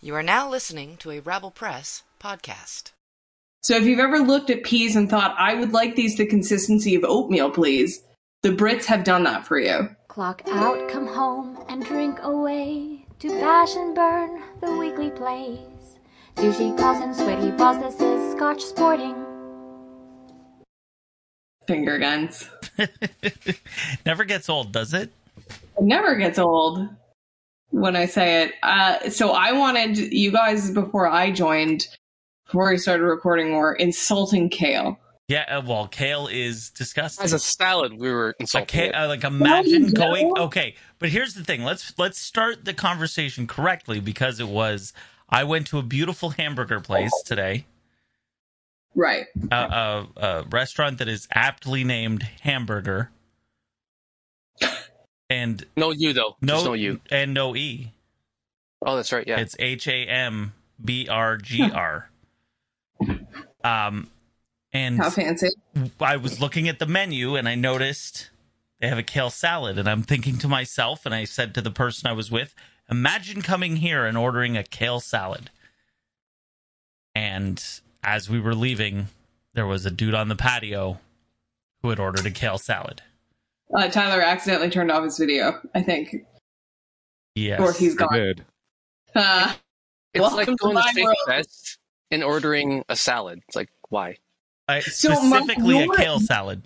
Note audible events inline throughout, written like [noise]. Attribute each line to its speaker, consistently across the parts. Speaker 1: You are now listening to a Rabble Press podcast.
Speaker 2: So if you've ever looked at peas and thought, I would like these the consistency of oatmeal, please, the Brits have done that for you.
Speaker 3: Clock out, come home, and drink away to bash and burn the weekly plays. Douchey calls and sweaty balls, this is Scotch sporting.
Speaker 2: Finger guns.
Speaker 4: [laughs] Never gets old, does it?
Speaker 2: It never gets old when I say it. Uh, so I wanted you guys before I joined, before we started recording, were insulting kale.
Speaker 4: Yeah, uh, well, kale is disgusting.
Speaker 5: As a salad, we were
Speaker 4: A
Speaker 5: insulted.
Speaker 4: ca- uh, like imagine
Speaker 2: you
Speaker 4: going
Speaker 2: know.
Speaker 4: okay but here's the thing let's let's start the conversation correctly because it was i went to a beautiful hamburger place today
Speaker 2: Right.
Speaker 4: a, a, a restaurant that is aptly named hamburger and
Speaker 5: no you though.
Speaker 4: no,
Speaker 5: There's no you.
Speaker 4: and no e
Speaker 5: Oh, that's right. Yeah.
Speaker 4: It's H A M B R G
Speaker 5: [laughs]
Speaker 4: R. Um, and
Speaker 2: How fancy.
Speaker 4: I was looking at the menu and I noticed they have a kale salad, and I'm thinking to myself, and I said to the person I was with, "Imagine coming here and ordering a kale salad." And as we were leaving, there was a dude on the patio who had ordered a kale salad.
Speaker 2: Uh, Tyler accidentally turned off his video, I think.
Speaker 4: Yes,
Speaker 2: Or he's
Speaker 6: I
Speaker 2: gone.
Speaker 6: did.
Speaker 2: Uh,
Speaker 5: It's
Speaker 2: Welcome
Speaker 5: like
Speaker 2: to
Speaker 5: going to
Speaker 2: my
Speaker 5: Fake
Speaker 2: world.
Speaker 5: Fest and ordering a salad. It's like why?
Speaker 4: I-
Speaker 2: So, Mark,
Speaker 4: specifically a
Speaker 2: you're-
Speaker 4: kale salad.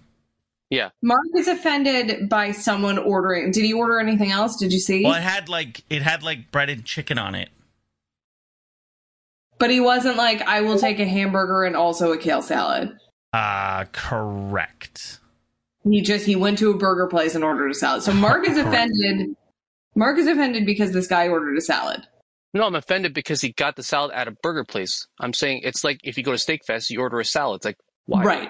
Speaker 2: Mark is offended by someone ordering. Did he order anything else? Did you see?
Speaker 4: Well, it had like it had like breaded chicken on it.
Speaker 2: But he wasn't like, I will take a hamburger and also a kale salad.
Speaker 4: Uh correct.
Speaker 2: He just he went to a burger place and ordered a salad. So Mark is offended. Mark is offended because this guy ordered a salad.
Speaker 5: No, I'm offended because he got the salad at a burger place. I'm saying it's like if you go to Steak Fest, you order a salad. It's like why?
Speaker 2: Right.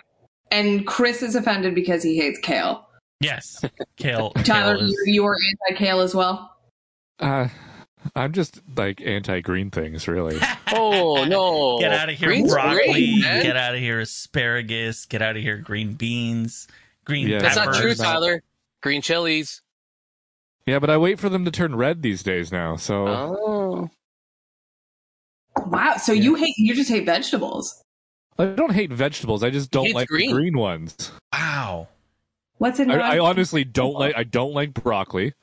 Speaker 2: And Chris is offended because he hates kale. [laughs]
Speaker 4: Yes. Kale.
Speaker 2: Tyler,
Speaker 4: kale
Speaker 2: you,
Speaker 4: [laughs] is-
Speaker 2: you are anti kale as well.
Speaker 6: Uh, I'm just like anti green things, really.
Speaker 4: [laughs]
Speaker 5: Oh no!
Speaker 4: get out of here,
Speaker 5: Green's
Speaker 4: broccoli.
Speaker 5: great, man.
Speaker 4: get out of here, asparagus. Get out of here, green beans. Green
Speaker 6: Yeah.
Speaker 5: That's not
Speaker 4: peppers.
Speaker 5: true, Tyler. Green chilies.
Speaker 6: yeah, but I wait for them to turn red these days now. So
Speaker 5: Oh,
Speaker 2: Wow. So you hate you just hate vegetables.
Speaker 6: I don't hate vegetables. I just don't
Speaker 5: It's
Speaker 6: like the
Speaker 5: green.
Speaker 6: green ones.
Speaker 4: Wow.
Speaker 2: What's in
Speaker 6: I,
Speaker 2: non-
Speaker 6: I honestly don't like. I don't like broccoli.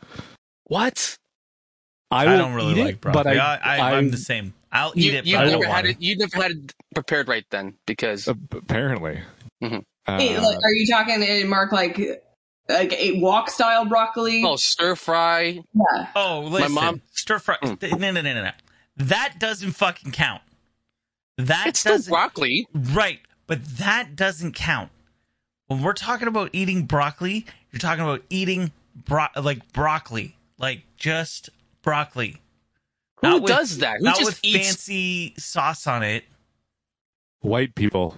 Speaker 5: what?
Speaker 6: I,
Speaker 4: I,
Speaker 6: will
Speaker 4: don't really
Speaker 6: eat it,
Speaker 4: like broccoli.
Speaker 6: But I,
Speaker 4: I, I, I, am the same. I'll eat it,
Speaker 5: you,
Speaker 4: but I
Speaker 5: have
Speaker 4: don't
Speaker 5: never had
Speaker 4: want
Speaker 5: it.
Speaker 4: it.
Speaker 5: You never had it prepared right then because
Speaker 6: apparently.
Speaker 5: Mhm.
Speaker 6: Uh,
Speaker 2: Hey, look, are you talking uh, Mark like like a wok style broccoli?
Speaker 5: oh stir fry.
Speaker 2: Yeah.
Speaker 4: Oh, listen.
Speaker 5: mom-
Speaker 4: Stir fry.
Speaker 6: Mm.
Speaker 4: No, no, no, no, no. That doesn't fucking count. That
Speaker 5: It's still
Speaker 4: doesn't.
Speaker 5: broccoli.
Speaker 4: Right, but that doesn't count. When we're talking about eating broccoli, you're talking about eating bro- like broccoli, like just broccoli.
Speaker 5: Who
Speaker 4: Not with-
Speaker 5: does that? Who
Speaker 4: not
Speaker 5: just
Speaker 4: with
Speaker 5: eats
Speaker 4: fancy sauce on it.
Speaker 6: white people.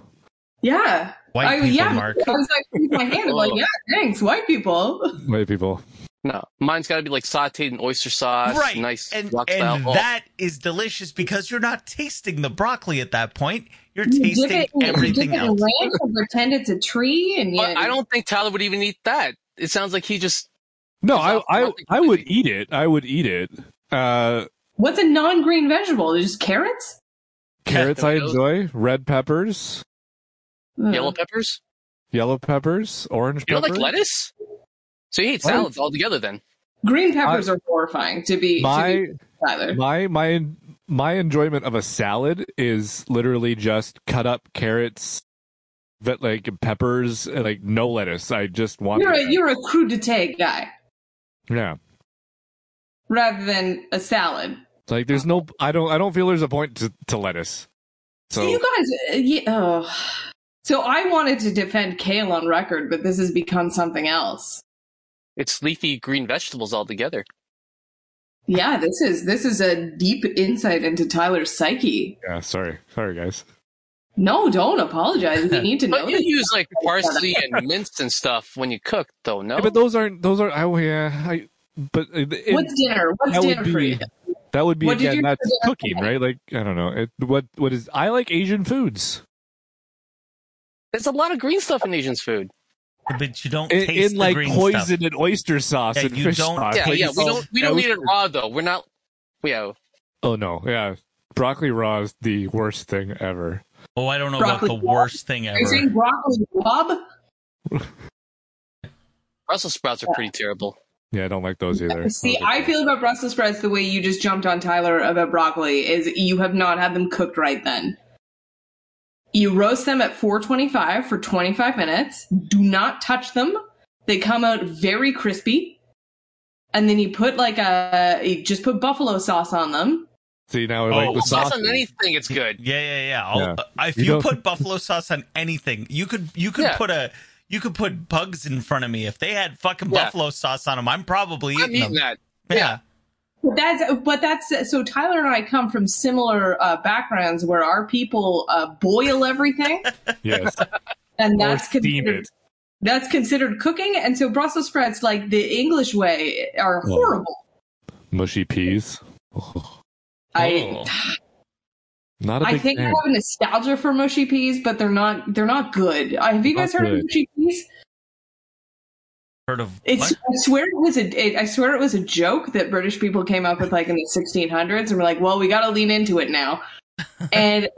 Speaker 2: Yeah.
Speaker 4: White
Speaker 2: I,
Speaker 4: people,
Speaker 2: yeah,
Speaker 4: Mark.
Speaker 2: I was like, raised my hand. I'm like,
Speaker 5: Oh.
Speaker 2: yeah, thanks, white people.
Speaker 6: White people.
Speaker 5: No, mine's got to be like sautéed in oyster sauce,
Speaker 4: right,
Speaker 5: nice
Speaker 4: and,
Speaker 5: wok
Speaker 4: and
Speaker 5: style. Oh,
Speaker 4: that is delicious because you're not tasting the broccoli at that point. You're
Speaker 2: You dip
Speaker 4: tasting
Speaker 2: Mm, it in- you dip
Speaker 4: everything
Speaker 2: it in
Speaker 4: else.
Speaker 2: ranch and pretend it's a tree, and
Speaker 5: but
Speaker 2: yet
Speaker 5: I don't think Tyler would even eat that. It sounds like he just
Speaker 6: No,
Speaker 5: It's
Speaker 6: I,
Speaker 5: not-
Speaker 6: I,
Speaker 5: not
Speaker 6: I would eat it. I would eat it. Uh,
Speaker 2: What's a non-green vegetable? Just carrots?
Speaker 6: carrots I
Speaker 5: Those-
Speaker 6: enjoy. Red peppers,
Speaker 2: Hmm.
Speaker 5: yellow peppers.
Speaker 6: yellow peppers, orange
Speaker 5: You don't
Speaker 6: peppers.
Speaker 5: like lettuce? So you hate
Speaker 6: What?
Speaker 5: salads altogether then?
Speaker 2: Green peppers are horrifying to be, to
Speaker 6: My
Speaker 2: be Tyler.
Speaker 6: my my my enjoyment of a salad is literally just cut up carrots, but like peppers, and like no lettuce. I just want
Speaker 2: You're a
Speaker 6: that.
Speaker 2: you're a crudité guy
Speaker 6: yeah.
Speaker 2: rather than a salad.
Speaker 6: It's Like there's no, I don't, I don't feel there's a point to, to lettuce.
Speaker 2: So,
Speaker 6: So
Speaker 2: you guys, uh, yeah, oh. so I wanted to defend kale on record, but this has become something else.
Speaker 5: It's leafy green vegetables altogether.
Speaker 2: Yeah, this is this is a deep insight into Tyler's psyche.
Speaker 6: yeah, sorry, sorry guys.
Speaker 2: No, don't apologize.
Speaker 5: [laughs]
Speaker 2: We need to know.
Speaker 5: But you
Speaker 2: that.
Speaker 5: use like parsley and mints and stuff when you cook, though. No,
Speaker 6: Yeah, but those aren't, those aren't. Oh yeah, I. But it, it-
Speaker 2: What's dinner? What's
Speaker 6: that would
Speaker 2: dinner for
Speaker 6: be-
Speaker 2: you?
Speaker 6: that would be
Speaker 2: what did you
Speaker 6: again.
Speaker 2: do
Speaker 6: That's
Speaker 2: for dinner
Speaker 6: cooking,
Speaker 2: today?
Speaker 6: right? Like I don't know. It, what what is? I like Asian foods.
Speaker 5: there's a lot of green stuff in Asian food.
Speaker 4: But you don't
Speaker 6: In,
Speaker 4: taste
Speaker 6: in
Speaker 4: the
Speaker 6: like
Speaker 4: green
Speaker 6: poison
Speaker 4: stuff.
Speaker 6: and oyster sauce
Speaker 4: Yeah,
Speaker 6: and
Speaker 4: you
Speaker 6: fish
Speaker 4: don't-
Speaker 6: sauce.
Speaker 5: Yeah,
Speaker 6: Like,
Speaker 5: yeah.
Speaker 6: it's
Speaker 5: We
Speaker 6: all-
Speaker 5: don't we don't
Speaker 6: that
Speaker 5: need it
Speaker 6: was-
Speaker 5: raw though. We're not. Yeah,
Speaker 6: Oh no, yeah. broccoli raw is the worst thing ever.
Speaker 4: Oh, I don't know
Speaker 2: Broccoli
Speaker 4: about the
Speaker 2: raw?
Speaker 4: worst thing
Speaker 2: Are you saying
Speaker 4: ever.
Speaker 2: broccoli blob?
Speaker 5: Brussels sprouts are pretty terrible.
Speaker 6: Yeah, I don't like those
Speaker 2: [laughs]
Speaker 6: either.
Speaker 2: See, I feel about Brussels sprouts the way you just jumped on Tyler about broccoli is you have not had them cooked right then. You roast them at 425 for 25 minutes. Do not touch them. They come out very crispy. And then you put like a you just put buffalo sauce on them.
Speaker 6: See now, I
Speaker 4: Oh,
Speaker 6: like the
Speaker 5: Sauce
Speaker 6: sauce.
Speaker 5: on anything, it's good.
Speaker 4: Yeah, yeah, yeah. I'll,
Speaker 6: Yeah.
Speaker 4: uh, If
Speaker 6: You
Speaker 4: you,
Speaker 6: don't-
Speaker 4: put buffalo sauce on anything, you could you could
Speaker 5: Yeah.
Speaker 4: put a you could put bugs in front of me. If they had fucking
Speaker 5: Yeah.
Speaker 4: buffalo sauce on them, I'm probably eating,
Speaker 5: I'm eating
Speaker 4: them.
Speaker 5: that.
Speaker 4: Yeah.
Speaker 2: But that's but that's so Tyler and I come from similar uh, backgrounds where our people uh, boil everything [laughs]
Speaker 6: Yes,
Speaker 2: and
Speaker 6: or
Speaker 2: that's
Speaker 6: steam
Speaker 2: considered
Speaker 6: it.
Speaker 2: that's considered cooking and so brussels sprouts like the english way are
Speaker 6: Whoa.
Speaker 2: horrible
Speaker 6: Mushy peas. Oh,
Speaker 2: i
Speaker 4: Oh.
Speaker 6: not a big
Speaker 2: i think i
Speaker 6: fan.
Speaker 2: have a nostalgia for mushy peas but they're not they're not good Uh, have you
Speaker 6: Not
Speaker 2: guys heard
Speaker 6: good.
Speaker 2: of mushy peas
Speaker 4: Heard of
Speaker 2: it's
Speaker 4: what?
Speaker 2: i swear it was a it, i swear it was a joke that british people came up with like in the 1600s and were like well we got to lean into it now and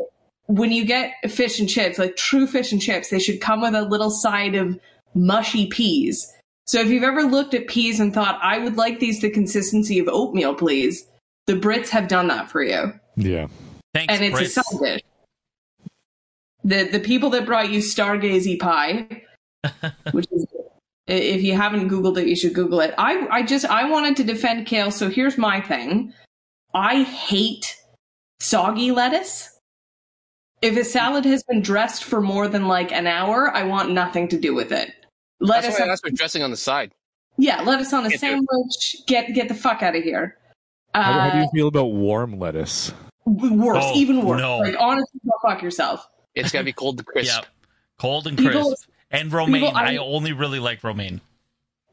Speaker 2: when you get fish and chips like true fish and chips they should come with a little side of mushy peas so if you've ever looked at peas and thought i would like these the consistency of oatmeal please the brits have done that for you
Speaker 6: Yeah,
Speaker 4: Thanks,
Speaker 2: and it's
Speaker 4: Brits.
Speaker 2: a side dish the the people that brought you stargazy
Speaker 6: [laughs]
Speaker 2: pie which is i- if you haven't googled it you should google it i i just i wanted to defend kale so here's my thing i hate soggy lettuce if a salad has been dressed for more than like an hour i want nothing to do with it
Speaker 5: That's
Speaker 2: lettuce
Speaker 5: why I asked for dressing on the side.
Speaker 2: yeah lettuce on a
Speaker 5: Can't do it.
Speaker 2: sandwich get get the fuck out of here
Speaker 6: how, how do
Speaker 2: uh,
Speaker 6: you feel about warm lettuce?
Speaker 2: worse
Speaker 4: Oh,
Speaker 2: even worse
Speaker 4: no.
Speaker 2: like honestly go fuck yourself
Speaker 5: It's got to be cold and crisp.
Speaker 4: Yep. Cold and crisp.
Speaker 2: People-
Speaker 4: and romaine.
Speaker 2: people-
Speaker 4: I,
Speaker 2: I-
Speaker 4: only really like romaine.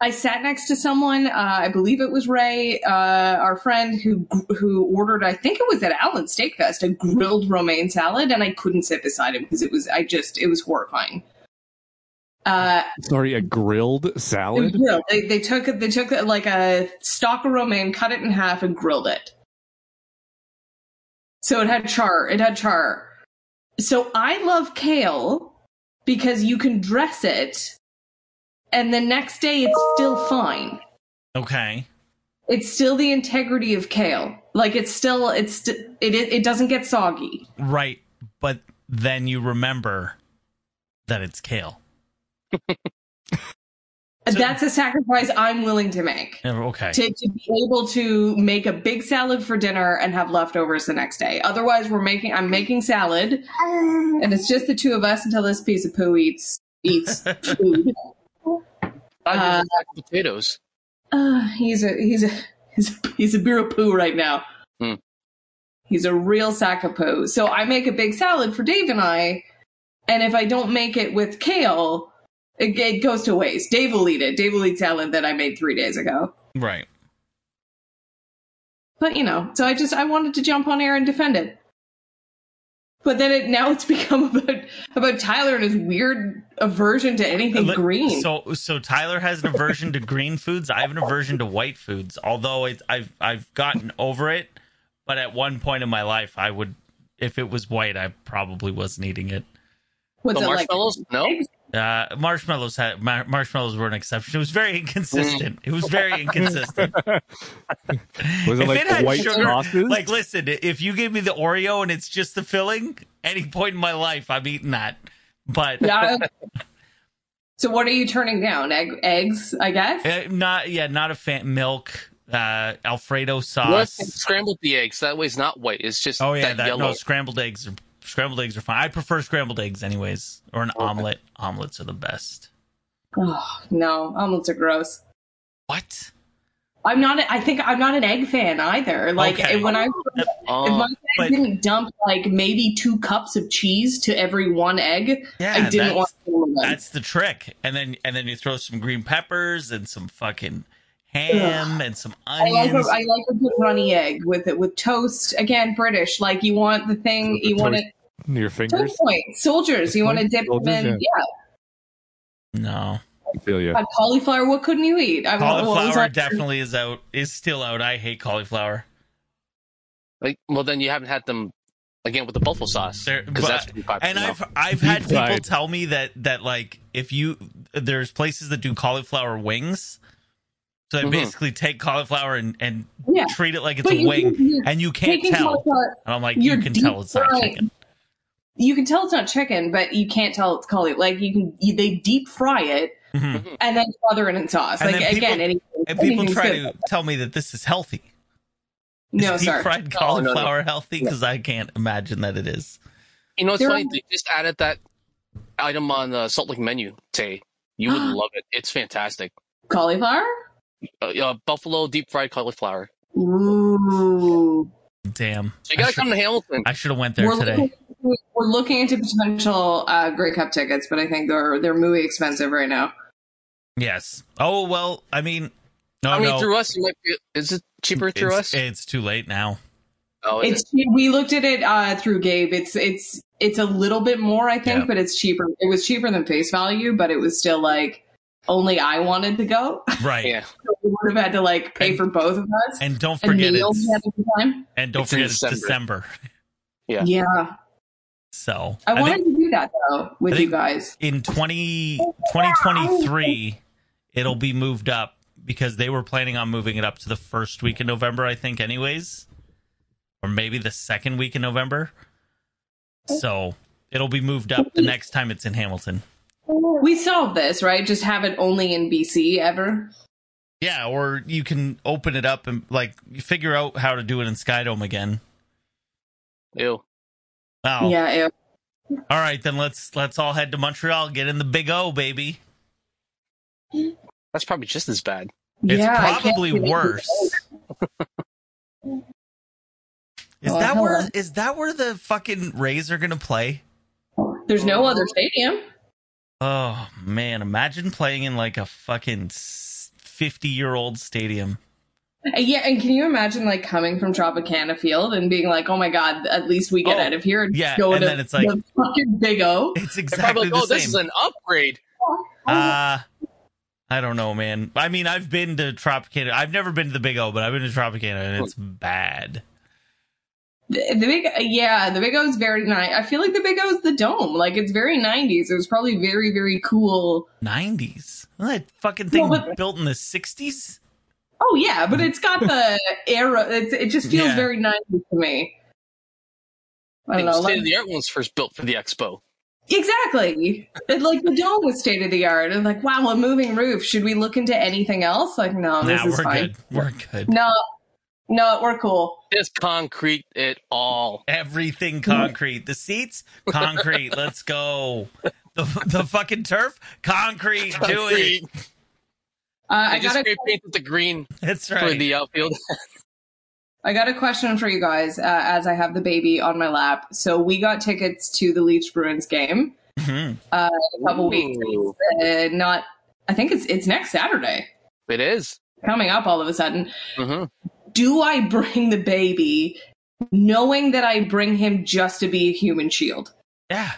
Speaker 2: I sat next to someone. Uh, I believe it was Ray, uh, our friend, who who ordered. I think it was at Allen's Steak Fest, a grilled romaine salad, and I couldn't sit beside him because it was. I just it was horrifying. Uh,
Speaker 6: Sorry, a grilled salad.
Speaker 2: [laughs] grilled. They, they took they took like a stalk of romaine, cut it in half, and grilled it. So it had char. It had char. So I love kale because you can dress it, and the next day it's still fine
Speaker 4: Okay.
Speaker 2: it's still the integrity of kale. Like it's still it's st- it it it doesn't get soggy.
Speaker 4: Right. But then you remember that it's kale. So-
Speaker 2: That's a sacrifice I'm willing to make.
Speaker 4: Yeah, Okay.
Speaker 2: To, to be able to make a big salad for dinner and have leftovers the next day. Otherwise, we're making I'm making salad, and it's just the two of us until this piece of poo eats eats food.
Speaker 5: Not
Speaker 2: Uh,
Speaker 5: using sack of potatoes.
Speaker 2: Uh, he's a he's a he's a, he's a beer of poo right now.
Speaker 5: Hmm.
Speaker 2: He's a real sack of poo. So I make a big salad for Dave and I, and if I don't make it with kale, it, it goes to waste. Dave will eat it. Dave will eat salad that I made three days ago.
Speaker 4: Right.
Speaker 2: But you know, so I just I wanted to jump on air and defend it. But then it now it's [laughs] become about about Tyler and his weird aversion to anything
Speaker 4: Li-
Speaker 2: green.
Speaker 4: So so Tyler has an aversion to green foods. I have an aversion to white foods. Although it's, I've I've gotten over it, but at one point in my life, I would if it was white, I probably wasn't eating it.
Speaker 2: What's
Speaker 5: The
Speaker 2: it like?
Speaker 5: marshmallows? No.
Speaker 4: Uh, marshmallows had mar- marshmallows were an exception. It was very inconsistent. It was
Speaker 2: [laughs]
Speaker 4: very inconsistent.
Speaker 6: Was it
Speaker 4: If
Speaker 6: like
Speaker 4: it had
Speaker 6: white
Speaker 4: sugar,
Speaker 6: sauces?
Speaker 4: like, listen, if you give me the Oreo and it's just the filling, any point in my life, I'm eating that. But
Speaker 2: Yeah. so what are you turning down? Egg, eggs, I guess.
Speaker 4: uh, not yeah, not a fan. Milk, uh, Alfredo
Speaker 5: What
Speaker 4: sauce.
Speaker 5: if I scrambled the eggs? That way it's not white. It's just
Speaker 4: Oh yeah,
Speaker 5: that,
Speaker 4: that,
Speaker 5: yellow.
Speaker 4: no scrambled eggs. Are, scrambled eggs are fine. I prefer scrambled eggs, anyways, or an omelet. Omelets are the best.
Speaker 2: Oh, no, omelets are gross.
Speaker 4: What?
Speaker 2: I'm not. a- I think I'm not an egg fan either. Like
Speaker 4: Okay. Um,
Speaker 2: when I, if
Speaker 5: Oh,
Speaker 2: my dad
Speaker 4: but-
Speaker 2: didn't dump like maybe two cups of cheese to every one egg, I
Speaker 4: Yeah, that's-
Speaker 2: didn't want to deal with them.
Speaker 4: That's the trick. And then and then you throw some green peppers and some fucking ham and some
Speaker 2: I like, a,
Speaker 4: onions.
Speaker 2: I like a good runny egg with it with toast. Again, British. Like you want the thing. You want
Speaker 6: Toast
Speaker 2: it.
Speaker 6: your
Speaker 2: Toast
Speaker 6: fingers.
Speaker 2: point. Soldiers. You want to
Speaker 6: Toast
Speaker 2: dip them in.
Speaker 6: soldiers,
Speaker 2: Yeah.
Speaker 6: yeah.
Speaker 4: no,
Speaker 6: I feel you.
Speaker 2: God, cauliflower. What couldn't you eat? I was- what was
Speaker 4: cauliflower
Speaker 2: I-
Speaker 4: definitely is out. Is still out. I hate cauliflower.
Speaker 5: Like, well, then you haven't had them again with the buffalo sauce
Speaker 4: There-
Speaker 5: because that's
Speaker 4: but-
Speaker 5: pretty popular.
Speaker 4: and
Speaker 5: now.
Speaker 4: I've I've had people
Speaker 6: fried.
Speaker 4: tell me that that like if you there's places that do cauliflower wings, so they
Speaker 5: Mhm.
Speaker 4: basically take cauliflower and and
Speaker 2: Yeah.
Speaker 4: treat it like it's
Speaker 2: But
Speaker 4: a
Speaker 2: you-
Speaker 4: wing,
Speaker 2: you-
Speaker 4: and you can't
Speaker 2: Taking
Speaker 4: tell.
Speaker 2: cauliflower-
Speaker 4: And I'm like,
Speaker 2: you're
Speaker 4: you can tell
Speaker 2: deep
Speaker 4: it's not
Speaker 2: frying.
Speaker 4: chicken.
Speaker 2: you can tell it's not chicken, but you can't tell it's cauliflower. Like you can, you, they deep fry it
Speaker 4: Mhm.
Speaker 2: and then smother it in sauce.
Speaker 4: And
Speaker 2: like
Speaker 4: then people-
Speaker 2: again, anything,
Speaker 4: And people
Speaker 2: anything's
Speaker 4: try
Speaker 2: good.
Speaker 4: to tell me that this is healthy.
Speaker 2: No,
Speaker 4: is
Speaker 2: sorry.
Speaker 4: deep fried
Speaker 5: No, no, no.
Speaker 4: cauliflower healthy? Because I can't imagine that it is.
Speaker 5: You know, it's
Speaker 2: There
Speaker 5: funny.
Speaker 2: are-
Speaker 5: They just added that item on the Salt Lake menu, Tay.
Speaker 2: [gasps]
Speaker 5: You would love it. It's fantastic.
Speaker 2: Cauliflower.
Speaker 5: Uh, uh, buffalo deep fried cauliflower.
Speaker 2: Ooh.
Speaker 4: Damn,
Speaker 5: So you
Speaker 4: I
Speaker 5: gotta
Speaker 4: should-
Speaker 5: come to Hamilton.
Speaker 4: I should have went there today.
Speaker 2: Looking, we're looking into potential uh, Grey Cup tickets, but I think they're they're muy expensive right now.
Speaker 4: Yes. Oh well, I mean, no,
Speaker 5: I mean,
Speaker 4: no.
Speaker 5: through us, you might be, is it cheaper through
Speaker 4: it's,
Speaker 5: us?
Speaker 4: it's too late now.
Speaker 5: oh, is
Speaker 2: It's we looked at it uh, through Gabe. It's it's it's a little bit more, I think,
Speaker 4: Yeah.
Speaker 2: but it's cheaper. It was cheaper than face value, but it was still like only I wanted to go. [laughs]
Speaker 5: it?
Speaker 4: Right.
Speaker 5: [laughs] yeah.
Speaker 2: So we would have had to like pay
Speaker 4: And-
Speaker 2: for both of us.
Speaker 4: And don't
Speaker 2: and
Speaker 4: forget
Speaker 2: Neil
Speaker 4: it's
Speaker 2: had a good time.
Speaker 4: and don't
Speaker 5: It's in
Speaker 4: forget it's
Speaker 5: December.
Speaker 4: December.
Speaker 5: Yeah.
Speaker 2: Yeah,
Speaker 4: So
Speaker 2: I, wanted
Speaker 4: think
Speaker 2: to do that though with
Speaker 4: I
Speaker 2: you
Speaker 4: think-
Speaker 2: guys.
Speaker 4: in 20,
Speaker 2: Oh,
Speaker 4: 2023, it'll be moved up because they were planning on moving it up to the first week in November, I think, anyways, or maybe the second week in November. So it'll be moved up the next time it's in Hamilton.
Speaker 2: We solved this right. Just have it only in BC ever.
Speaker 4: Yeah, or you can open it up and like figure out how to do it in Skydome again.
Speaker 5: Ew.
Speaker 4: Oh,
Speaker 2: Yeah, ew.
Speaker 4: all right, then let's let's all head to Montreal, get in the Big O, baby.
Speaker 5: That's probably just as bad.
Speaker 4: It's
Speaker 2: yeah, I can't
Speaker 4: probably
Speaker 2: do it.
Speaker 4: worse. Is
Speaker 2: Oh,
Speaker 4: that
Speaker 2: hello.
Speaker 4: where is that where the fucking Rays are gonna play?
Speaker 2: There's no other stadium.
Speaker 4: Oh man, imagine playing in like a fucking fifty year old stadium. [laughs]
Speaker 2: Uh, Yeah, and can you imagine like coming from Tropicana Field and being like, "Oh my God, at least we get
Speaker 4: Oh,
Speaker 2: out of here and
Speaker 4: yeah,
Speaker 2: go
Speaker 4: and
Speaker 2: to
Speaker 4: then it's like-
Speaker 2: the fucking Big O."
Speaker 4: It's
Speaker 5: They're
Speaker 4: exactly
Speaker 5: probably like,
Speaker 4: the
Speaker 5: oh,
Speaker 4: same.
Speaker 5: this is an upgrade.
Speaker 4: uh, I don't know, man. I mean, I've been to Tropicana. I've never been to the Big O, but I've been to Tropicana, and it's bad.
Speaker 2: The, the big, yeah, the Big O is very nice. I feel like the Big O is the dome. Like it's very '90s. It was probably very, very cool.
Speaker 4: Nineties. That fucking thing
Speaker 2: Well, but-
Speaker 4: built in the sixties.
Speaker 2: Oh yeah, but it's got the era. It's, it just feels
Speaker 4: Yeah.
Speaker 2: very '90s to me. I
Speaker 5: State
Speaker 2: don't know. like-
Speaker 5: of the art when it was first built for the expo.
Speaker 2: exactly. It, like the dome was state of the art, and like, wow, a moving roof. Should we look into anything else? Like,
Speaker 5: Oh,
Speaker 2: no, this
Speaker 4: Nah,
Speaker 2: is
Speaker 4: we're
Speaker 2: fine.
Speaker 4: good. We're good.
Speaker 2: No, no, we're cool.
Speaker 5: Just concrete it all.
Speaker 4: Everything concrete. The seats,
Speaker 5: [laughs]
Speaker 4: concrete. Let's go. The, the fucking turf, concrete. Do it.
Speaker 5: Concrete.
Speaker 2: Uh,
Speaker 5: I
Speaker 2: I
Speaker 5: just
Speaker 2: got a,
Speaker 5: spray painted the green
Speaker 4: That's
Speaker 5: for
Speaker 4: right.
Speaker 5: the outfield.
Speaker 2: I got a question for you guys uh, as I have the baby on my lap. So we got tickets to the Leech Bruins game
Speaker 4: Mhm.
Speaker 2: in a [laughs] couple weeks.
Speaker 5: Ooh.
Speaker 2: Uh, not, I think it's it's next Saturday
Speaker 5: It is.
Speaker 2: coming up. All of a sudden,
Speaker 5: Mhm.
Speaker 2: do I bring the baby, knowing that I bring him just to be a human shield?
Speaker 4: Yeah.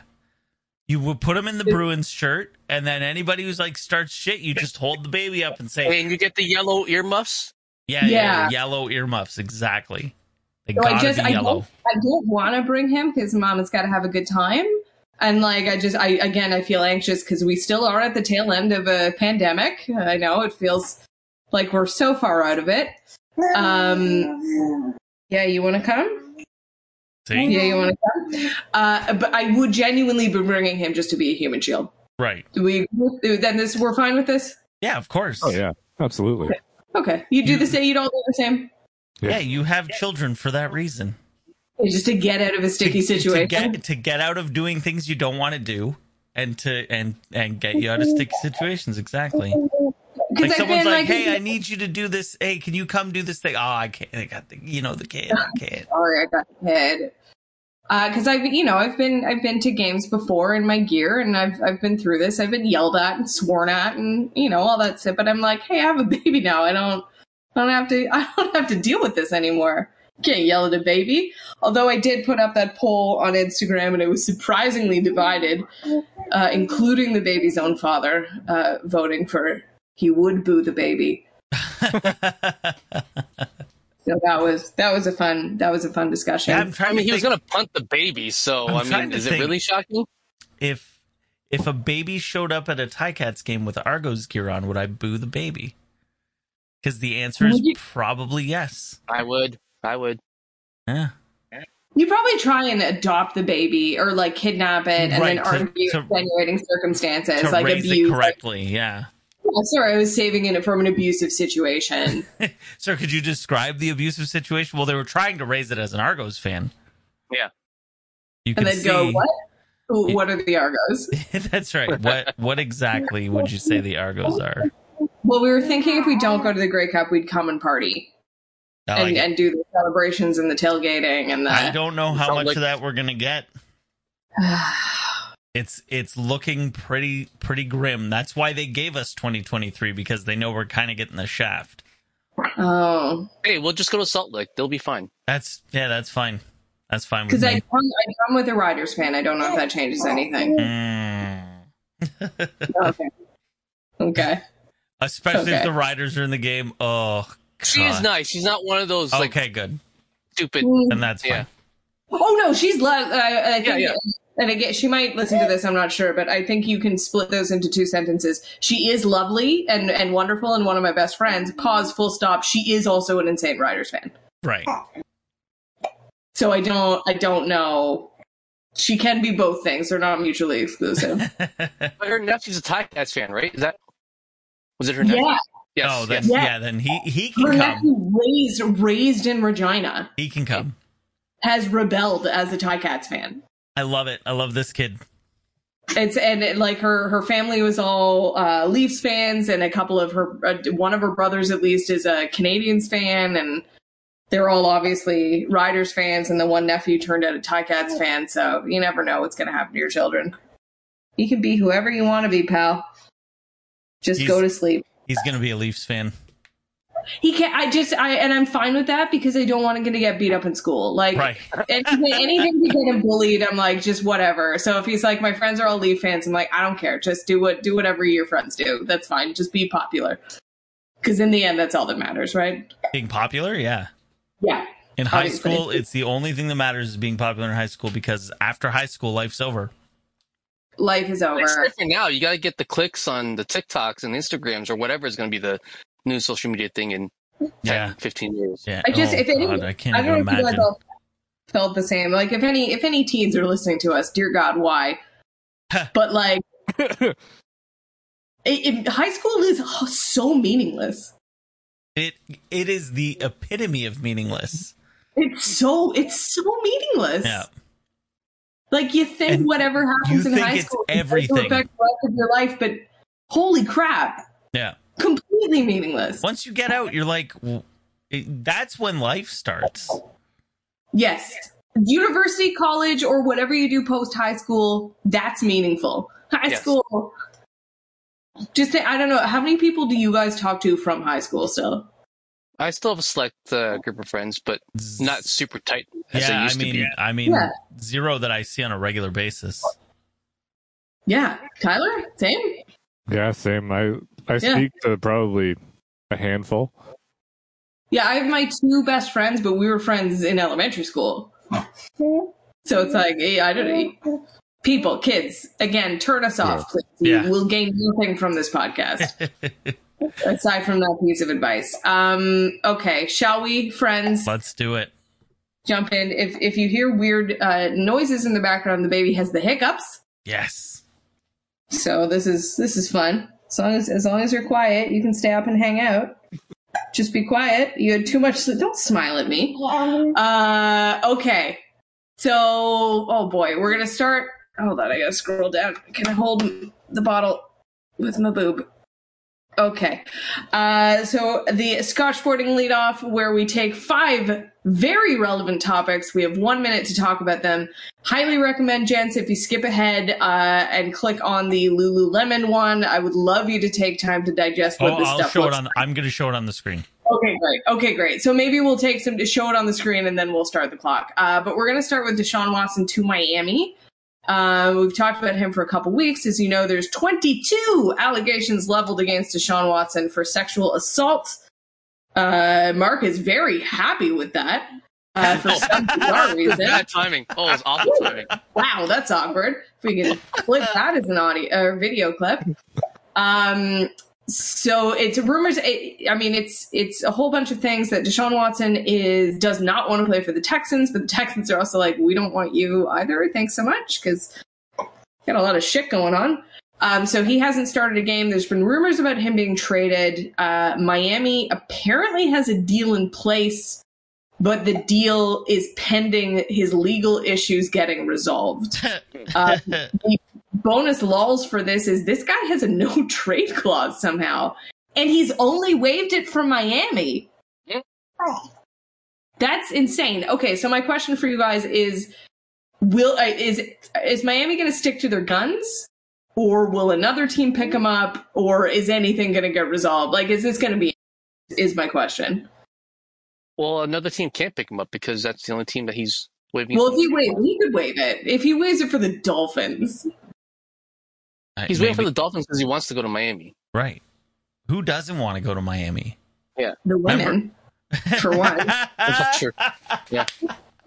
Speaker 4: You would put him in the Bruins shirt, and then anybody who's like starts shit, you just hold the baby up and say,
Speaker 5: And you get the yellow earmuffs.
Speaker 4: "Yeah, yeah,
Speaker 2: Yeah.
Speaker 4: yellow earmuffs, exactly." They
Speaker 2: So
Speaker 4: gotta
Speaker 2: I just
Speaker 4: be
Speaker 2: I
Speaker 4: yellow.
Speaker 2: don't I don't want to bring him because mom has got to have a good time. And like I just I again I feel anxious because we still are at the tail end of a pandemic. I know it feels like we're so far out of it. Um, yeah, you want to come?
Speaker 4: See,
Speaker 2: Yeah, you want to come? Uh, but I would genuinely be bringing him just to be a human shield.
Speaker 4: right?
Speaker 2: Do we then this we're fine with this.
Speaker 4: Yeah, of course.
Speaker 6: Oh yeah, absolutely.
Speaker 2: Okay, you do the same. You don't do the same.
Speaker 4: yeah. you have children for that reason.
Speaker 2: Just to get out of a sticky
Speaker 4: To
Speaker 2: situation.
Speaker 4: get to get out of doing things you don't want to do, and to and and get you out of sticky situations. Exactly.
Speaker 2: 'Cause
Speaker 4: Like
Speaker 2: I've
Speaker 4: someone's
Speaker 2: been,
Speaker 4: like, "Hey, I need you to do this. Hey, can you come do this thing?" Oh, I can't. I got the, you know, the kid. I
Speaker 5: [laughs]
Speaker 4: can't.
Speaker 2: sorry I got hit. Because I've, you know, I've been I've been to games before in my gear, and I've I've been through this. I've been yelled at and sworn at, and you know all that shit. But I'm like, hey, I have a [laughs] baby now. I don't I don't have to [laughs] I don't have to deal with this anymore. Can't yell at a baby. Although I did put up that poll on Instagram, and it was surprisingly divided, uh, including the baby's own father uh, voting for he would boo the baby. So that was that was a fun that was a fun discussion.
Speaker 4: Yeah, I'm
Speaker 5: I
Speaker 4: trying to
Speaker 5: mean, he was
Speaker 4: think
Speaker 5: going to punt the baby, so
Speaker 4: I'm
Speaker 5: i
Speaker 4: trying
Speaker 5: mean,
Speaker 4: to
Speaker 5: is
Speaker 4: think.
Speaker 5: it really shocking?
Speaker 4: if if a baby showed up at a Ticats game with Argos gear on, would I boo the baby? Because the answer is
Speaker 2: Would you-
Speaker 4: probably yes.
Speaker 5: I would. I would.
Speaker 4: Yeah.
Speaker 2: You probably try and adopt the baby or like kidnap it and
Speaker 4: Right,
Speaker 2: then
Speaker 4: to-
Speaker 2: argue
Speaker 4: to-
Speaker 2: extenuating circumstances,
Speaker 4: To
Speaker 2: like
Speaker 4: raise
Speaker 2: abuse.
Speaker 4: it correctly, yeah.
Speaker 2: Like, "Oh, sorry, I was saving it from an abusive situation.
Speaker 4: Sir, could [laughs] you describe the abusive situation? Well, they were trying to raise it as an Argos fan.
Speaker 5: Yeah.
Speaker 4: You
Speaker 2: and
Speaker 4: can
Speaker 2: then go,
Speaker 4: see-
Speaker 2: what? Who- What are the Argos?
Speaker 4: [laughs] That's right. What what
Speaker 2: [laughs]
Speaker 4: exactly would you say the Argos are?
Speaker 2: Well, we were thinking if we don't go to the Grey Cup, we'd come and party
Speaker 4: I,
Speaker 2: and,
Speaker 4: like it.
Speaker 2: and uh, do the celebrations and the tailgating and the.
Speaker 4: I don't know how
Speaker 5: Sounds
Speaker 4: much
Speaker 5: like-
Speaker 4: of that we're
Speaker 2: [sighs]
Speaker 4: gonna get. It's it's looking pretty pretty grim. That's why they gave us 2023 because they know we're kind of getting the shaft.
Speaker 2: oh,
Speaker 5: Hey, we'll just go to Salt Lake. They'll be fine.
Speaker 4: That's yeah, that's fine. That's fine with
Speaker 2: because I
Speaker 4: me.
Speaker 2: come, I come with a Riders fan. I don't know if that changes anything.
Speaker 4: Mm. Mm-hmm.
Speaker 2: okay. Okay.
Speaker 4: Especially if
Speaker 2: Okay.
Speaker 4: the riders are in the game. Oh,
Speaker 5: She is
Speaker 4: God.
Speaker 5: nice. She's not one of those like
Speaker 4: okay, good.
Speaker 5: stupid.
Speaker 2: Mm.
Speaker 4: Then that's
Speaker 5: Yeah.
Speaker 4: fine.
Speaker 2: Oh no, she's love. I, I think,
Speaker 5: Yeah, yeah.
Speaker 2: and again, she might listen to this. I'm not sure, but I think you can split those into two sentences. She is lovely and and wonderful, and one of my best friends. Pause. Full stop. She is also an insane Riders fan.
Speaker 4: Right.
Speaker 2: So I don't. I don't know. She can be both things. They're not mutually exclusive.
Speaker 5: But her nephew's a Ticats fan, right? Is that? Was it her nephew?
Speaker 2: yeah,
Speaker 5: Yes.
Speaker 4: oh, that's
Speaker 2: yes.
Speaker 4: yeah, then he he
Speaker 2: her
Speaker 4: can come.
Speaker 2: nephew raised raised in Regina
Speaker 4: He can come.
Speaker 2: has rebelled as a Ticats fan.
Speaker 4: I love it. I love this kid.
Speaker 2: It's and it, like her her family was all uh, Leafs fans, and a couple of her uh, one of her brothers at least is a Canadians fan, and they're all obviously Riders fans, and the one nephew turned out a Ticats fan. So you never know what's going to happen to your children. You can be whoever you want to be, pal. Just
Speaker 4: He's-
Speaker 2: go to sleep.
Speaker 4: He's gonna be a Leafs fan.
Speaker 2: He can't. I just I and I'm fine with that because I don't want him to get beat up in school. Like
Speaker 4: Right.
Speaker 2: anything, anything to get him bullied, I'm like, just whatever. So if he's like, my friends are all Leaf fans, I'm like, I don't care. Just do what do whatever your friends do. That's fine. Just be popular. Because in the end, that's all that matters, right?
Speaker 4: Being popular, yeah.
Speaker 2: Yeah.
Speaker 4: In high
Speaker 2: Obviously.
Speaker 4: school, it's the only thing that matters is being popular in high school because after high school, life's over.
Speaker 2: Life is
Speaker 5: It's
Speaker 2: over.
Speaker 5: different now. You got to get the clicks on the TikToks and Instagrams or whatever is going to be the new social media thing in 10,
Speaker 4: Yeah.
Speaker 5: 15 years.
Speaker 4: Yeah.
Speaker 2: I just-
Speaker 4: oh,
Speaker 2: if any-
Speaker 4: God, I can't
Speaker 2: I
Speaker 4: even
Speaker 2: don't know if you guys
Speaker 4: imagine.
Speaker 2: all felt the same. Like if any if any teens are listening to us, dear God, why? but like,
Speaker 6: [laughs]
Speaker 2: it, it, high school is so meaningless.
Speaker 4: It it is the epitome of meaningless.
Speaker 2: It's so it's so meaningless.
Speaker 4: Yeah.
Speaker 2: Like you think
Speaker 4: And
Speaker 2: whatever happens
Speaker 4: you
Speaker 2: in
Speaker 4: think
Speaker 2: high
Speaker 4: it's
Speaker 2: school
Speaker 4: everything.
Speaker 2: affects the rest of your life, but holy crap,
Speaker 4: Yeah.
Speaker 2: completely meaningless.
Speaker 4: Once you get out, you're like w- it- that's when life starts.
Speaker 2: Yes, university, college, or whatever you do post high school, that's meaningful. High
Speaker 5: Yes.
Speaker 2: school. Just think, I don't know how many people do you guys talk to from high school still?
Speaker 5: I still have a select uh, group of friends, but not super tight as I
Speaker 4: Yeah, I
Speaker 5: used
Speaker 4: mean,
Speaker 5: to be.
Speaker 4: I mean,
Speaker 2: Yeah.
Speaker 4: zero that I see on a regular basis.
Speaker 2: Yeah, Tyler, same.
Speaker 6: Yeah, same. I I
Speaker 2: Yeah.
Speaker 6: speak to probably a handful.
Speaker 2: Yeah, I have my two best friends, but we were friends in elementary school.
Speaker 4: Oh.
Speaker 2: So it's like, eh, I don't People, kids, again, turn us off, please. We
Speaker 4: Yeah.
Speaker 2: will gain nothing from this
Speaker 4: [laughs]
Speaker 2: podcast, aside from that piece of advice. Um, okay, shall we, friends,
Speaker 4: Let's do it.
Speaker 2: jump in? If if you hear weird uh, noises in the background, the baby has the hiccups.
Speaker 4: Yes.
Speaker 2: So this is this is fun. As long as as long as you're quiet, you can stay up and hang out. Just be quiet. You had too much. sli- Don't smile at me. Uh, okay. So, oh boy, we're gonna start. Hold on, I gotta scroll down. Can I hold the bottle with my boob? Okay. Uh, so the Scotch boarding leadoff, where we take five very relevant topics. We have one minute to talk about them. Highly recommend, gents, if you skip ahead uh, and click on the Lululemon one. I would love you to take time to digest
Speaker 4: Oh,
Speaker 2: what this
Speaker 4: I'll
Speaker 2: stuff
Speaker 4: show it
Speaker 2: looks
Speaker 4: on. I'm going to show it on
Speaker 2: [laughs]
Speaker 4: the screen.
Speaker 2: Okay, great. Okay, great. So maybe we'll take some to show it on the screen and then we'll start the clock. Uh, but we're going to start with Deshaun Watson to Miami. Uh, we've talked about him for a couple weeks. As you know, there's 22 allegations leveled against Deshaun Watson for sexual assault. Uh, Mark is very happy with that uh, for some bizarre reason.
Speaker 5: [laughs] Bad timing. Oh, it's awful timing.
Speaker 2: Wow, that's awkward. If we can clip that as an audio or video clip. Um, so it's rumors. It, I mean, it's it's a whole bunch of things that Deshaun Watson is does not want to play for the Texans, but the Texans are also like, we don't want you either. Thanks so much because got a lot of shit going on. Um, so he hasn't started a game. There's been rumors about him being traded. Uh, Miami apparently has a deal in place, but the deal is pending his legal issues getting resolved. Uh, the bonus lols for this is this guy has a no [laughs] trade clause somehow, and he's only waived it from Miami. That's insane. Okay, so my question for you guys is: Will uh, is is Miami going to stick to their guns, or will another team pick him up, or is anything going to get resolved? Like, is this going to be? Is my question.
Speaker 5: Well, another team can't pick him up because that's the only team that he's waving.
Speaker 2: Well, if he waives, he could waive it. If he waives it for the Dolphins,
Speaker 5: he's waiting for the Dolphins because he wants to go
Speaker 4: [laughs]
Speaker 5: to Miami.
Speaker 4: right. Who doesn't want to go to Miami?
Speaker 2: the women, [laughs] for one.
Speaker 4: [laughs]
Speaker 5: Sure.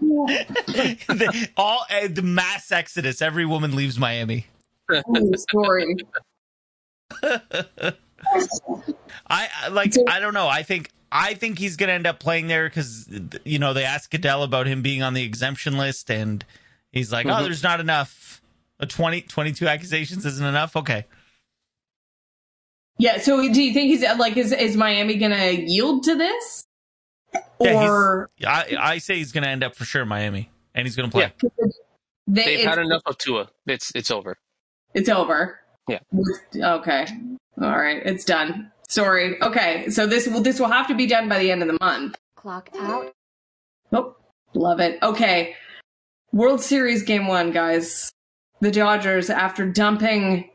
Speaker 4: The- all uh, the mass exodus. Every woman leaves Miami.
Speaker 2: Ooh, story.
Speaker 4: I I- like. I don't know. I think. I think he's going to end up playing there because you know they asked Goodell about him being on the exemption list, and he's like,
Speaker 2: Mm-hmm.
Speaker 4: "Oh,
Speaker 5: Mhm.
Speaker 4: there's not enough. A 20, 22 accusations isn't enough. Okay,
Speaker 2: Yeah. So, do you think he's like is is Miami gonna yield to this,
Speaker 4: Yeah, he's-
Speaker 2: or
Speaker 4: I I say he's going to end up for sure in Miami, and he's going to play.
Speaker 5: Yeah.
Speaker 2: they,
Speaker 5: They've
Speaker 2: it's,
Speaker 5: had enough of Tua. It's it's over.
Speaker 2: it's over?
Speaker 5: Yeah.
Speaker 2: Okay. All right. It's done. Sorry. Okay. So this will this will have to be done by the end of the month.
Speaker 3: Clock out.
Speaker 2: Oh, love it. Okay. World Series game one, guys. The Dodgers, after dumping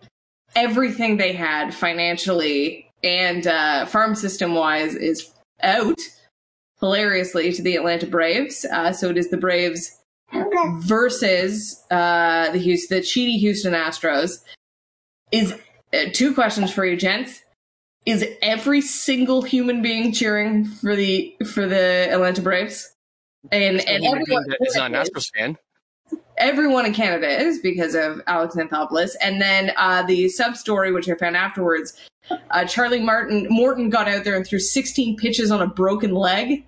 Speaker 2: everything they had financially and uh, farm system wise, is out hilariously to the Atlanta Braves. Uh, so it is the Braves versus uh, the Houston, the cheaty Houston Astros. Is uh, two questions for you, gents. Is every single human being cheering for the for the Atlanta Braves? And and
Speaker 5: Human being
Speaker 2: everyone,
Speaker 5: that is not an Astros fan.
Speaker 2: everyone in Canada is because of Alex Anthopoulos. And then uh, the sub story, which I found afterwards, uh, Charlie Martin Morton got out there and threw 16 pitches on a broken leg,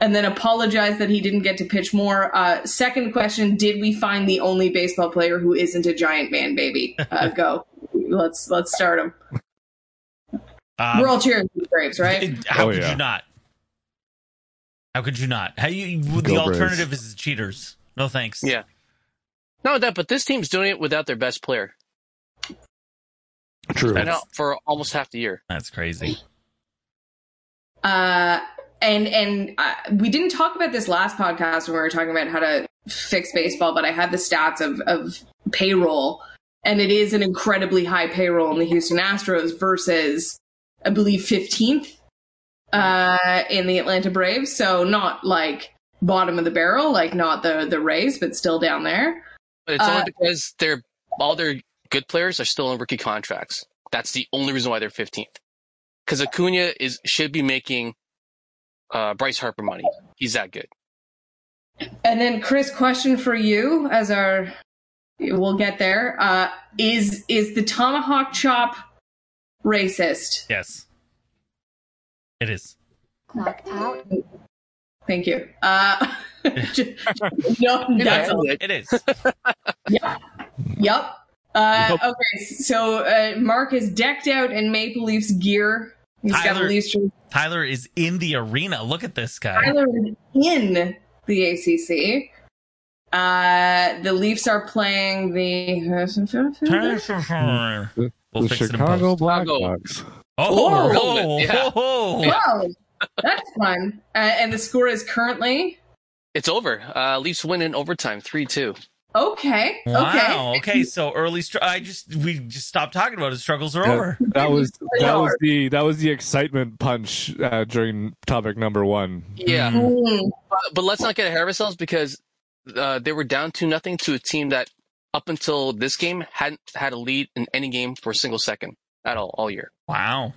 Speaker 2: and then apologized that he didn't get to pitch more. Uh, second question: Did we find the only baseball player who isn't a giant man baby? Uh, go, let's let's start him.
Speaker 4: Um,
Speaker 2: We're all cheering for the Braves, right?
Speaker 4: it- How
Speaker 6: Oh,
Speaker 4: could
Speaker 6: yeah.
Speaker 4: you not? How could you not? How you? The
Speaker 6: Braves.
Speaker 4: alternative is the cheaters. No thanks.
Speaker 5: Yeah. Not only that, but this team's doing it without their best player
Speaker 6: True.
Speaker 5: And out for almost half the year.
Speaker 4: That's crazy.
Speaker 2: Uh, and and uh, we didn't talk about this last podcast when we were talking about how to fix baseball, but I had the stats of of payroll, and it is an incredibly high payroll in the Houston Astros versus, I believe, fifteenth uh, in the Atlanta Braves. So not like bottom of the barrel, like not the the Rays, but still down there.
Speaker 5: But it's
Speaker 2: Uh,
Speaker 5: only because they're all their good players are still on rookie contracts. That's the only reason why they're 15th. Because Acuna is should be making uh, Bryce Harper money. He's that good.
Speaker 2: And then Chris, question for you as our we'll get there. Uh is is the tomahawk chop racist?
Speaker 4: Yes, it is.
Speaker 3: Clock out.
Speaker 2: Thank you. Uh [laughs]
Speaker 4: [laughs]
Speaker 2: no, that's all.
Speaker 4: It is.
Speaker 2: Yep. Uh, okay, so uh, Mark is decked out in Maple Leafs gear. He's got a
Speaker 4: Tyler-
Speaker 2: Leafs jersey.
Speaker 4: Tyler is in the arena. Look at this guy.
Speaker 2: Tyler is in the ACC. Uh, the Leafs are playing the.
Speaker 4: We'll
Speaker 6: the
Speaker 4: fix
Speaker 6: Chicago
Speaker 4: it in post.
Speaker 6: Blackhawks.
Speaker 4: Oh,
Speaker 5: Whoa.
Speaker 4: oh,
Speaker 5: Yeah.
Speaker 4: oh,
Speaker 2: Whoa, that's fun. Uh, and the score is currently
Speaker 5: It's over. Uh, Leafs win in overtime, 3 2.
Speaker 2: okay.
Speaker 4: Wow.
Speaker 2: Okay.
Speaker 4: Okay. So early. Str- I just we just stopped talking about it. Struggles are
Speaker 6: Yeah.
Speaker 4: over.
Speaker 6: That was that
Speaker 2: Yeah.
Speaker 6: was the that was the excitement punch uh, during topic number one.
Speaker 5: Yeah.
Speaker 4: Mm.
Speaker 2: Mm,
Speaker 5: Uh, But, but let's not get ahead of ourselves because uh, they were down 2 nothing to a team that, up until this game, hadn't had a lead in any game for a single second at all, all year.
Speaker 4: Wow.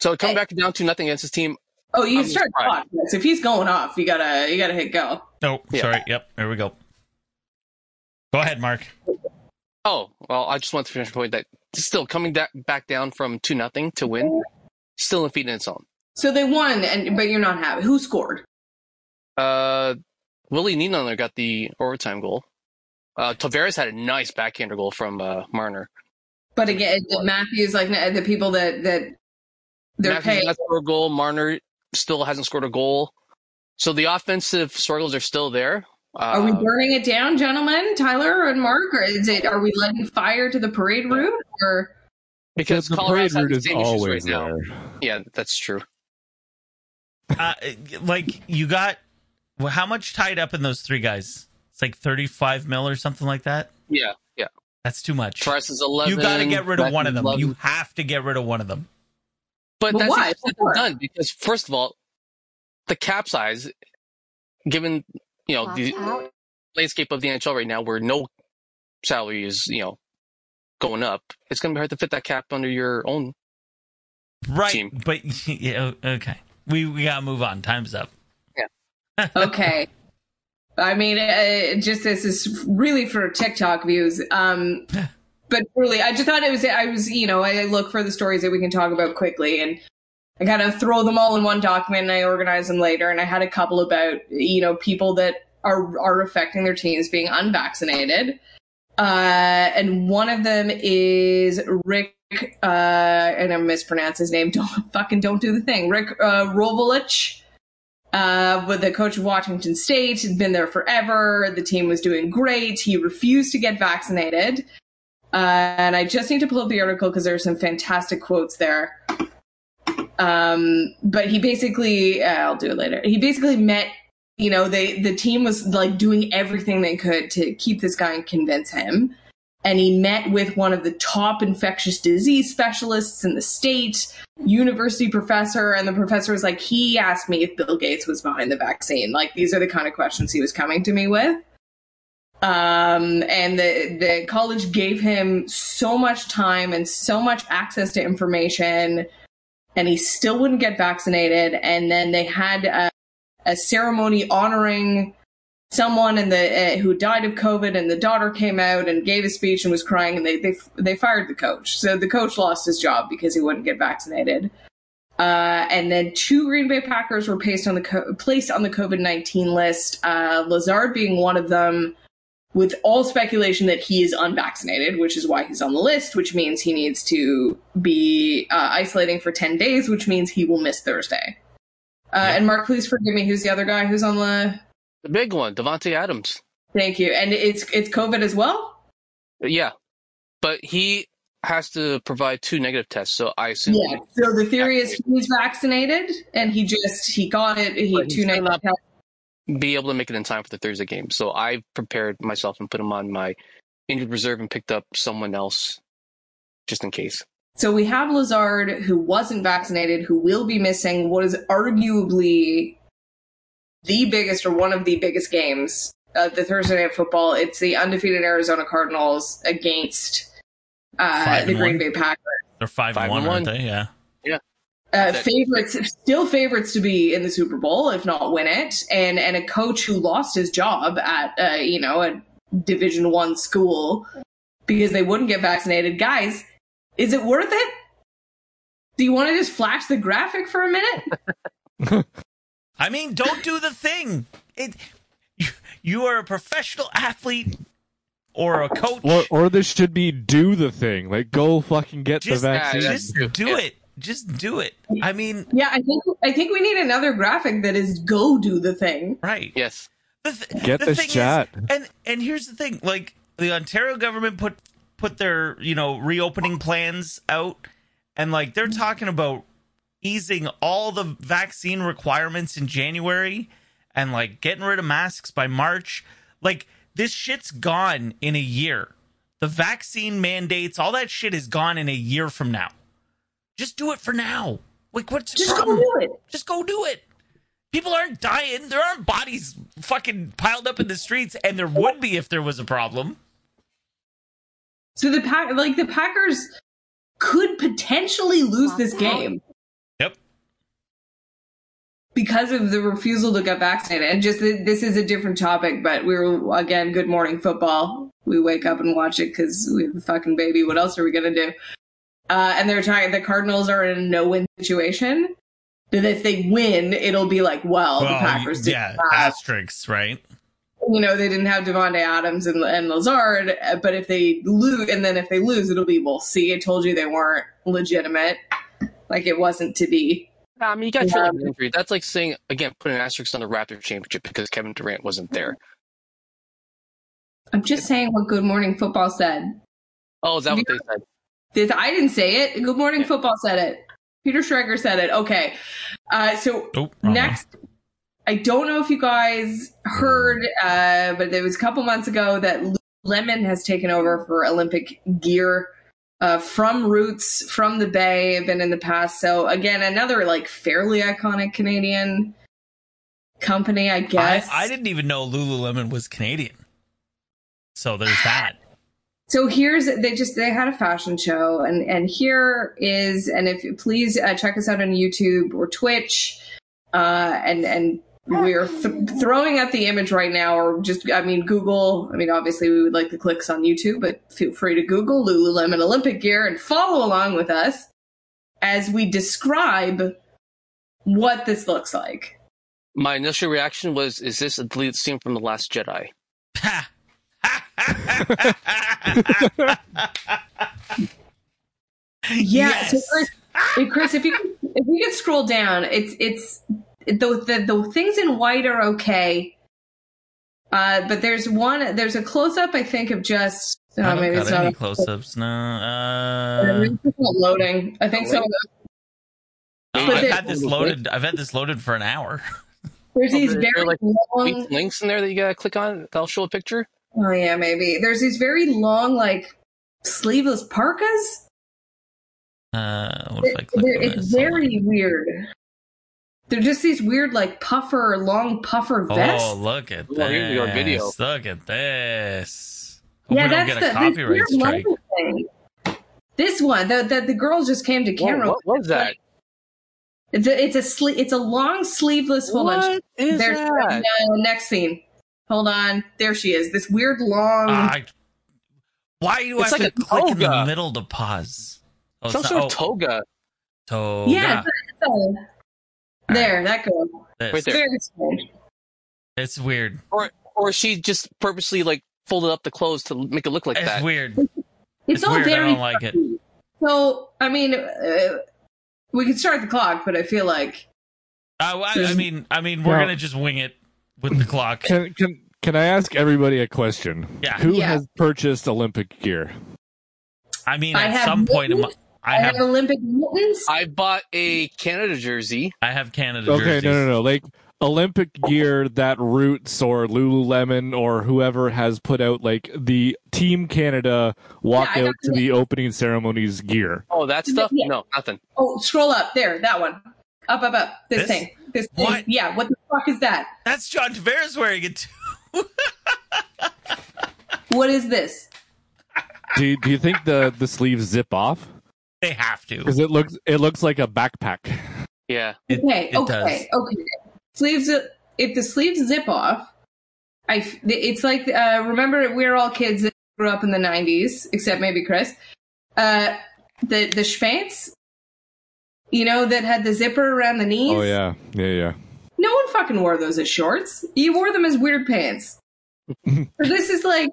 Speaker 5: So coming back down to nothing against his team.
Speaker 2: Oh, you
Speaker 5: I'm
Speaker 2: start
Speaker 5: surprised.
Speaker 2: clock. Yes, if he's going off, you gotta you gotta hit go.
Speaker 4: Oh,
Speaker 5: Yeah.
Speaker 4: sorry. Yep. Here we go. Go ahead, Mark.
Speaker 5: Oh, well, I just want to finish the point that still coming da- back down from two nothing to win, still in feet in its own.
Speaker 2: So they won, and but you're not happy. Who scored?
Speaker 5: Uh, Willie Ninander got the overtime goal. Uh, Tavares had a nice backhander goal from uh, Marner.
Speaker 2: But again, Matthews like the people that that they're
Speaker 5: Matthews
Speaker 2: paying.
Speaker 5: did not score a goal. Marner still hasn't scored a goal. So the offensive struggles are still there. Uh,
Speaker 2: Are we burning it down, gentlemen? Tyler and Mark, or is it? Are we letting fire to the parade route? Or
Speaker 5: because
Speaker 6: the
Speaker 5: Colorado's
Speaker 6: parade
Speaker 5: having
Speaker 6: route
Speaker 5: the
Speaker 6: is
Speaker 5: same issues
Speaker 6: always
Speaker 5: right now.
Speaker 6: there.
Speaker 5: Yeah, that's true.
Speaker 4: Uh, like you got well, how much tied up in those three guys? It's like thirty-five mil or something like that.
Speaker 5: Yeah, yeah.
Speaker 4: That's too much.
Speaker 5: Tavares is eleven.
Speaker 4: you got to get rid of
Speaker 5: Matthews
Speaker 4: one of them.
Speaker 5: 11.
Speaker 4: You have to get rid of one of them.
Speaker 5: But
Speaker 2: But
Speaker 5: that's
Speaker 2: why?
Speaker 5: why?
Speaker 2: Why?
Speaker 5: done because first of all, the cap size, given you know
Speaker 3: Watch
Speaker 5: the
Speaker 3: out.
Speaker 5: landscape of the NHL right now, where no salary is you know going up, it's going to be hard to fit that cap under your own.
Speaker 4: Right.
Speaker 5: Team.
Speaker 4: But [laughs] yeah, okay. We we gotta move on. Time's up.
Speaker 2: okay, I mean, uh, just this is really for TikTok views. Um, but really, I just thought it was. I was, you know, I look for the stories that we can talk about quickly, and I kind of throw them all in one document, and I organize them later. And I had a couple about, you know, people that are are affecting their teams being unvaccinated. Uh, and one of them is Rick, uh, and I mispronounce his name. [laughs] Don't fucking don't do the thing. Rick uh, Rovolich, uh, with the coach of Washington State, had been there forever. The team was doing great. He refused to get vaccinated. Uh, and I just need to pull up the article because there are some fantastic quotes there. Um, but he basically, uh, I'll do it later. He basically met, you know, they the team was like doing everything they could to keep this guy and convince him. And he met with one of the top infectious disease specialists in the state, university professor, and the professor was like, he asked me if Bill Gates was behind the vaccine. Like these are the kind of questions he was coming to me with um, and the the college gave him so much time and so much access to information, and he still wouldn't get vaccinated. And then they had a, a ceremony honoring someone in the uh, who died of COVID, and the daughter came out and gave a speech and was crying, and they they they fired the coach. So the coach lost his job because he wouldn't get vaccinated. Uh, and then two Green Bay Packers were placed on the co- placed on the COVID nineteen list. Uh, Lazard being one of them with all speculation that he is unvaccinated, which is why he's on the list, which means he needs to be uh, isolating for 10 days, which means he will miss Thursday. Uh, And Mark, please forgive me. Who's the other guy who's on the?
Speaker 5: The big one, Devontae Adams.
Speaker 2: Thank you. And it's it's COVID as well.
Speaker 5: Yeah, but he has to provide two negative tests. So I assume
Speaker 2: Yeah. So the theory is he's vaccinated, and he just he got it. He
Speaker 5: But he's
Speaker 2: two nights.
Speaker 5: not- be able to make it in time for the Thursday game. So I prepared myself and put him on my injured reserve and picked up someone else just in case.
Speaker 2: So we have Lazard, who wasn't vaccinated, who will be missing what is arguably the biggest or one of the biggest games of the Thursday night football. It's the undefeated Arizona Cardinals against uh,
Speaker 4: Five
Speaker 2: the
Speaker 4: and
Speaker 2: Green
Speaker 4: one.
Speaker 2: Bay Packers.
Speaker 4: They're five,
Speaker 5: Five
Speaker 4: and one,
Speaker 5: and
Speaker 4: aren't
Speaker 5: one.
Speaker 4: they? Yeah.
Speaker 2: Uh,
Speaker 5: That-
Speaker 2: favorites, still favorites to be in the Super Bowl, if not win it, and and a coach who lost his job at uh, you know a Division One school because they wouldn't get vaccinated. Guys, is it worth it? Do you want to just flash the graphic for a minute?
Speaker 4: I mean, don't do the thing. It. [laughs] You, you are a professional athlete or a coach.
Speaker 6: Or, or this should be do the thing. Like, go fucking get
Speaker 4: just,
Speaker 6: the
Speaker 5: yeah,
Speaker 6: vaccine.
Speaker 4: just do it. Just do it. I mean,
Speaker 2: yeah, I think I think we need another graphic that is go do the thing.
Speaker 4: right.
Speaker 5: Yes.
Speaker 4: The th-
Speaker 6: Get
Speaker 4: the
Speaker 6: this
Speaker 4: thing is-
Speaker 6: chat.
Speaker 4: and and here's the thing: like the Ontario government put put their you know reopening plans out, and like they're talking about easing all the vaccine requirements in January, and like getting rid of masks by March. Like this shit's gone in a year. The vaccine mandates, all that shit is gone in a year from now. Just do it for now. Like what's the
Speaker 2: Just go
Speaker 4: problem?
Speaker 2: do it.
Speaker 4: Just go do it. People aren't dying. There aren't bodies fucking piled up in the streets, and there would be if there was a problem.
Speaker 2: So the pack, like the Packers, could potentially lose this game. because of the refusal to get vaccinated. And just th- this is a different topic, but we were again, good morning football. We wake up and watch it because we have a fucking baby. What else are we gonna do? Uh, and they're trying. The Cardinals are in a no-win situation. That if they win, it'll be like, well, the
Speaker 4: well,
Speaker 2: Packers did
Speaker 4: yeah,
Speaker 2: have
Speaker 4: asterisks, right?
Speaker 2: you know, they didn't have Devonte Adams and, and Lazard, uh, but if they lose, and then if they lose, it'll be well. See, I told you they weren't legitimate. Like it wasn't to be.
Speaker 5: Nah, I mean, Um, you got
Speaker 2: Yeah.
Speaker 5: Philip Landry. That's like saying again, put an asterisk on the Raptors championship because Kevin Durant wasn't there.
Speaker 2: I'm just saying what Good Morning Football said.
Speaker 5: Oh, is that what they said?
Speaker 2: This, I didn't say it. Good Morning Football said it. Peter Schreger said it. Okay. Uh, so
Speaker 4: Oh, wrong
Speaker 2: next, I don't know if you guys heard, uh, but it was a couple months ago that Lemon has taken over for Olympic gear uh, from Roots, from the Bay, have been in the past. So again, another like fairly iconic Canadian company, I
Speaker 4: one. I,
Speaker 2: guess.
Speaker 4: I didn't even know Lululemon was Canadian. So there's that.
Speaker 2: So here's they just they had a fashion show and and here is and if please uh, check us out on YouTube or Twitch uh and and we're th- throwing out the image right now or just I mean Google I mean obviously we would like the clicks on YouTube but feel free to Google Lululemon Olympic gear and follow along with us as we describe what this looks like.
Speaker 5: My initial reaction was, "Is this a deleted scene from the Last Jedi?"
Speaker 4: Ha!
Speaker 2: [laughs] Yeah. So
Speaker 4: Yes.
Speaker 2: Chris, if Chris, if you could- if you could scroll down, it's it's the the, the things in white are okay. Uh, but there's one. There's a close up, I think, of just.
Speaker 4: I
Speaker 2: Oh,
Speaker 4: don't
Speaker 2: maybe
Speaker 4: got
Speaker 2: it's not
Speaker 4: any close-ups. No, uh,
Speaker 2: It's not loading. I think some of those.
Speaker 4: oh,
Speaker 2: But
Speaker 4: I've
Speaker 2: they-
Speaker 4: had this loaded. I've had this loaded for an hour.
Speaker 2: There's
Speaker 5: Oh,
Speaker 2: these
Speaker 5: they're-
Speaker 2: very
Speaker 5: they're like-
Speaker 2: long.
Speaker 5: Leaked links in there that you gotta click on. That'll show a picture.
Speaker 2: Oh yeah, maybe there's these very long, like sleeveless parkas.
Speaker 4: Uh, what if I
Speaker 2: It-
Speaker 4: click
Speaker 2: they're-
Speaker 4: on
Speaker 2: it's
Speaker 4: this?
Speaker 2: very weird. They're just these weird, like puffer, long puffer vests.
Speaker 4: Oh, look at this!
Speaker 5: Oh, here we go, video.
Speaker 4: Look at this. Hope we don't get a
Speaker 2: this
Speaker 4: copyright
Speaker 2: weird
Speaker 4: strike.
Speaker 2: London thing. This one, the, the the girl just came to
Speaker 5: Whoa,
Speaker 2: camera.
Speaker 5: what was that?
Speaker 2: It's a it's a sle- it's a long sleeveless. Hold on.
Speaker 5: What is
Speaker 2: There's
Speaker 5: that?
Speaker 2: no, next scene. Hold on. There she is. This weird long.
Speaker 4: Ah, I- why do you
Speaker 5: It's
Speaker 4: have
Speaker 5: like
Speaker 4: to
Speaker 5: a
Speaker 4: click in the
Speaker 5: toga.
Speaker 4: middle to pause? Oh,
Speaker 5: Some
Speaker 4: it's
Speaker 5: sort
Speaker 4: not-
Speaker 5: of toga.
Speaker 4: oh, toga.
Speaker 2: yeah. it's a- it's a- there, that girl.
Speaker 4: This.
Speaker 5: Right there.
Speaker 2: Very strange.
Speaker 4: It's weird.
Speaker 5: Or or she just purposely like folded up the clothes to make it look like
Speaker 4: it's
Speaker 5: that.
Speaker 4: weird.
Speaker 2: It's,
Speaker 4: It's
Speaker 2: all
Speaker 4: weird, I
Speaker 2: very.
Speaker 4: don't like it.
Speaker 2: funny. So I mean, uh, we could start the clock, but I feel like
Speaker 4: Uh, I, I
Speaker 2: There's-
Speaker 4: mean, I mean, we're
Speaker 6: Yeah.
Speaker 4: gonna just wing it with the clock.
Speaker 6: Can can can I ask everybody a question?
Speaker 4: Yeah.
Speaker 6: Who
Speaker 2: Yeah.
Speaker 6: has purchased Olympic gear?
Speaker 4: I mean,
Speaker 2: I
Speaker 4: at
Speaker 2: have
Speaker 4: some point, in my,
Speaker 2: mittens.
Speaker 4: I have
Speaker 2: Olympic mittens.
Speaker 5: I bought a Canada jersey.
Speaker 4: I have Canada
Speaker 6: Okay,
Speaker 4: jerseys.
Speaker 6: no, no, no. Like Olympic gear that Roots or Lululemon or whoever has put out like the Team Canada walk
Speaker 2: Yeah, I
Speaker 6: out to the opening ceremonies gear.
Speaker 5: Oh, that stuff?
Speaker 2: Yeah.
Speaker 5: No, nothing.
Speaker 2: Oh, scroll up there. That one. Up, up, up. This,
Speaker 4: This?
Speaker 2: thing. This thing.
Speaker 4: What?
Speaker 2: Yeah. What the fuck is that?
Speaker 4: That's John Tavares wearing it too.
Speaker 2: What is this?
Speaker 6: Do you, do you think the the sleeves zip off?
Speaker 4: They have to.
Speaker 6: Because it looks it looks like a backpack.
Speaker 5: Yeah.
Speaker 4: It,
Speaker 2: Okay.
Speaker 4: it does.
Speaker 2: okay. Okay. Sleeves. If the sleeves zip off, I. f- It's like uh, remember we're all kids that grew up in the '90s, except maybe Chris. Uh, the the schpants. You know that had the zipper around the knees.
Speaker 6: Oh yeah, yeah, yeah.
Speaker 2: No one fucking wore those as shorts. You wore them as weird
Speaker 4: [laughs]
Speaker 2: pants. So this is like,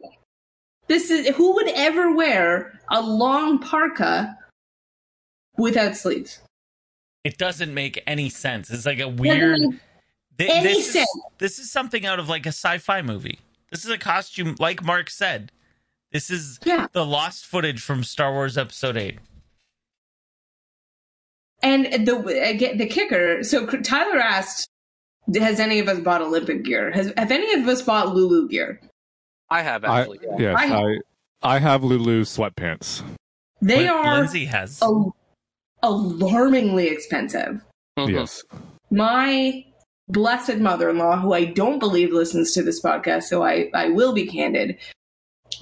Speaker 2: this is who would ever wear a long parka without sleeves?
Speaker 4: It doesn't make any sense. It's like a weird.
Speaker 2: make
Speaker 4: Thi-
Speaker 2: any
Speaker 4: this,
Speaker 2: sense.
Speaker 4: Is, this is something out of like a sci-fi movie. This is a costume, like Mark said. This is
Speaker 2: Yeah.
Speaker 4: the lost footage from Star Wars Episode Eight.
Speaker 2: And the again, the kicker. So Tyler asked, "Has any of us bought Olympic gear? Has have any of us bought Lulu gear?"
Speaker 5: I have
Speaker 6: I
Speaker 5: actually. yeah.
Speaker 6: yes,
Speaker 2: I-
Speaker 6: I I have Lulu sweatpants.
Speaker 2: They
Speaker 4: Lin-
Speaker 2: are
Speaker 4: Lindsay has.
Speaker 2: al- alarmingly expensive.
Speaker 5: Mhm.
Speaker 6: Yes.
Speaker 2: my blessed mother-in-law who i don't believe listens to this podcast so i i will be candid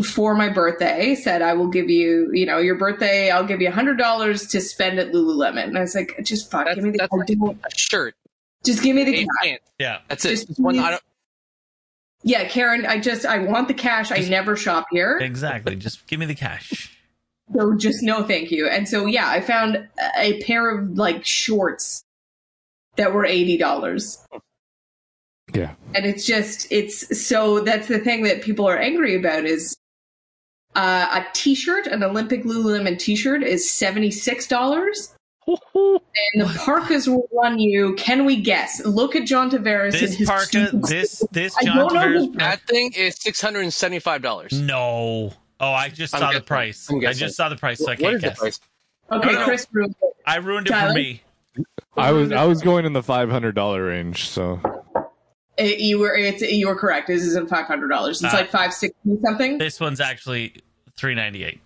Speaker 2: for my birthday said i will give you you know your birthday i'll give you a hundred dollars to spend at lululemon and i was like just fuck
Speaker 5: That's,
Speaker 2: give me the
Speaker 5: that's
Speaker 2: I
Speaker 5: like
Speaker 2: don't-
Speaker 5: a shirt.
Speaker 2: Just give me the
Speaker 5: Eight
Speaker 2: cash.
Speaker 5: cans.
Speaker 4: Yeah.
Speaker 5: That's it.
Speaker 2: Just
Speaker 5: It's one- I don't-
Speaker 2: Yeah, Karen, I just I want the cash. I
Speaker 4: Just-
Speaker 2: never shop here.
Speaker 4: Exactly. Just give me the cash.
Speaker 2: So just no thank you. And so yeah, I found a pair of like shorts that were eighty dollars.
Speaker 6: Yeah.
Speaker 2: And it's just it's so that's the thing that people are angry about is uh, a t-shirt, an Olympic Lululemon t-shirt is seventy-six
Speaker 4: [laughs]
Speaker 2: dollars. And the parkas will run you. Can we guess? Look at John Tavares and
Speaker 4: This
Speaker 2: his
Speaker 4: parka,
Speaker 2: stupid-
Speaker 4: this this
Speaker 2: I
Speaker 4: John
Speaker 2: don't know
Speaker 4: Tavares.
Speaker 2: who-
Speaker 4: parka-
Speaker 5: that thing is six hundred and seventy-five dollars.
Speaker 4: Mm, No. Oh, I just
Speaker 5: I'm
Speaker 4: saw the
Speaker 5: guessing.
Speaker 4: price.
Speaker 5: I'm
Speaker 4: I
Speaker 5: guessing.
Speaker 4: just saw the price, so I
Speaker 5: what
Speaker 4: can't
Speaker 5: is the
Speaker 4: guess.
Speaker 5: price?
Speaker 2: [laughs] Okay,
Speaker 4: No, no.
Speaker 2: Chris ruined it.
Speaker 4: I ruined it for
Speaker 2: Tyler?
Speaker 4: me.
Speaker 6: I was I was going in the five hundred dollar range, so
Speaker 2: It- Uh, you were it's you were correct. This isn't five hundred dollars. It's
Speaker 4: Ah.
Speaker 2: like five sixty something.
Speaker 4: This one's actually three ninety eight.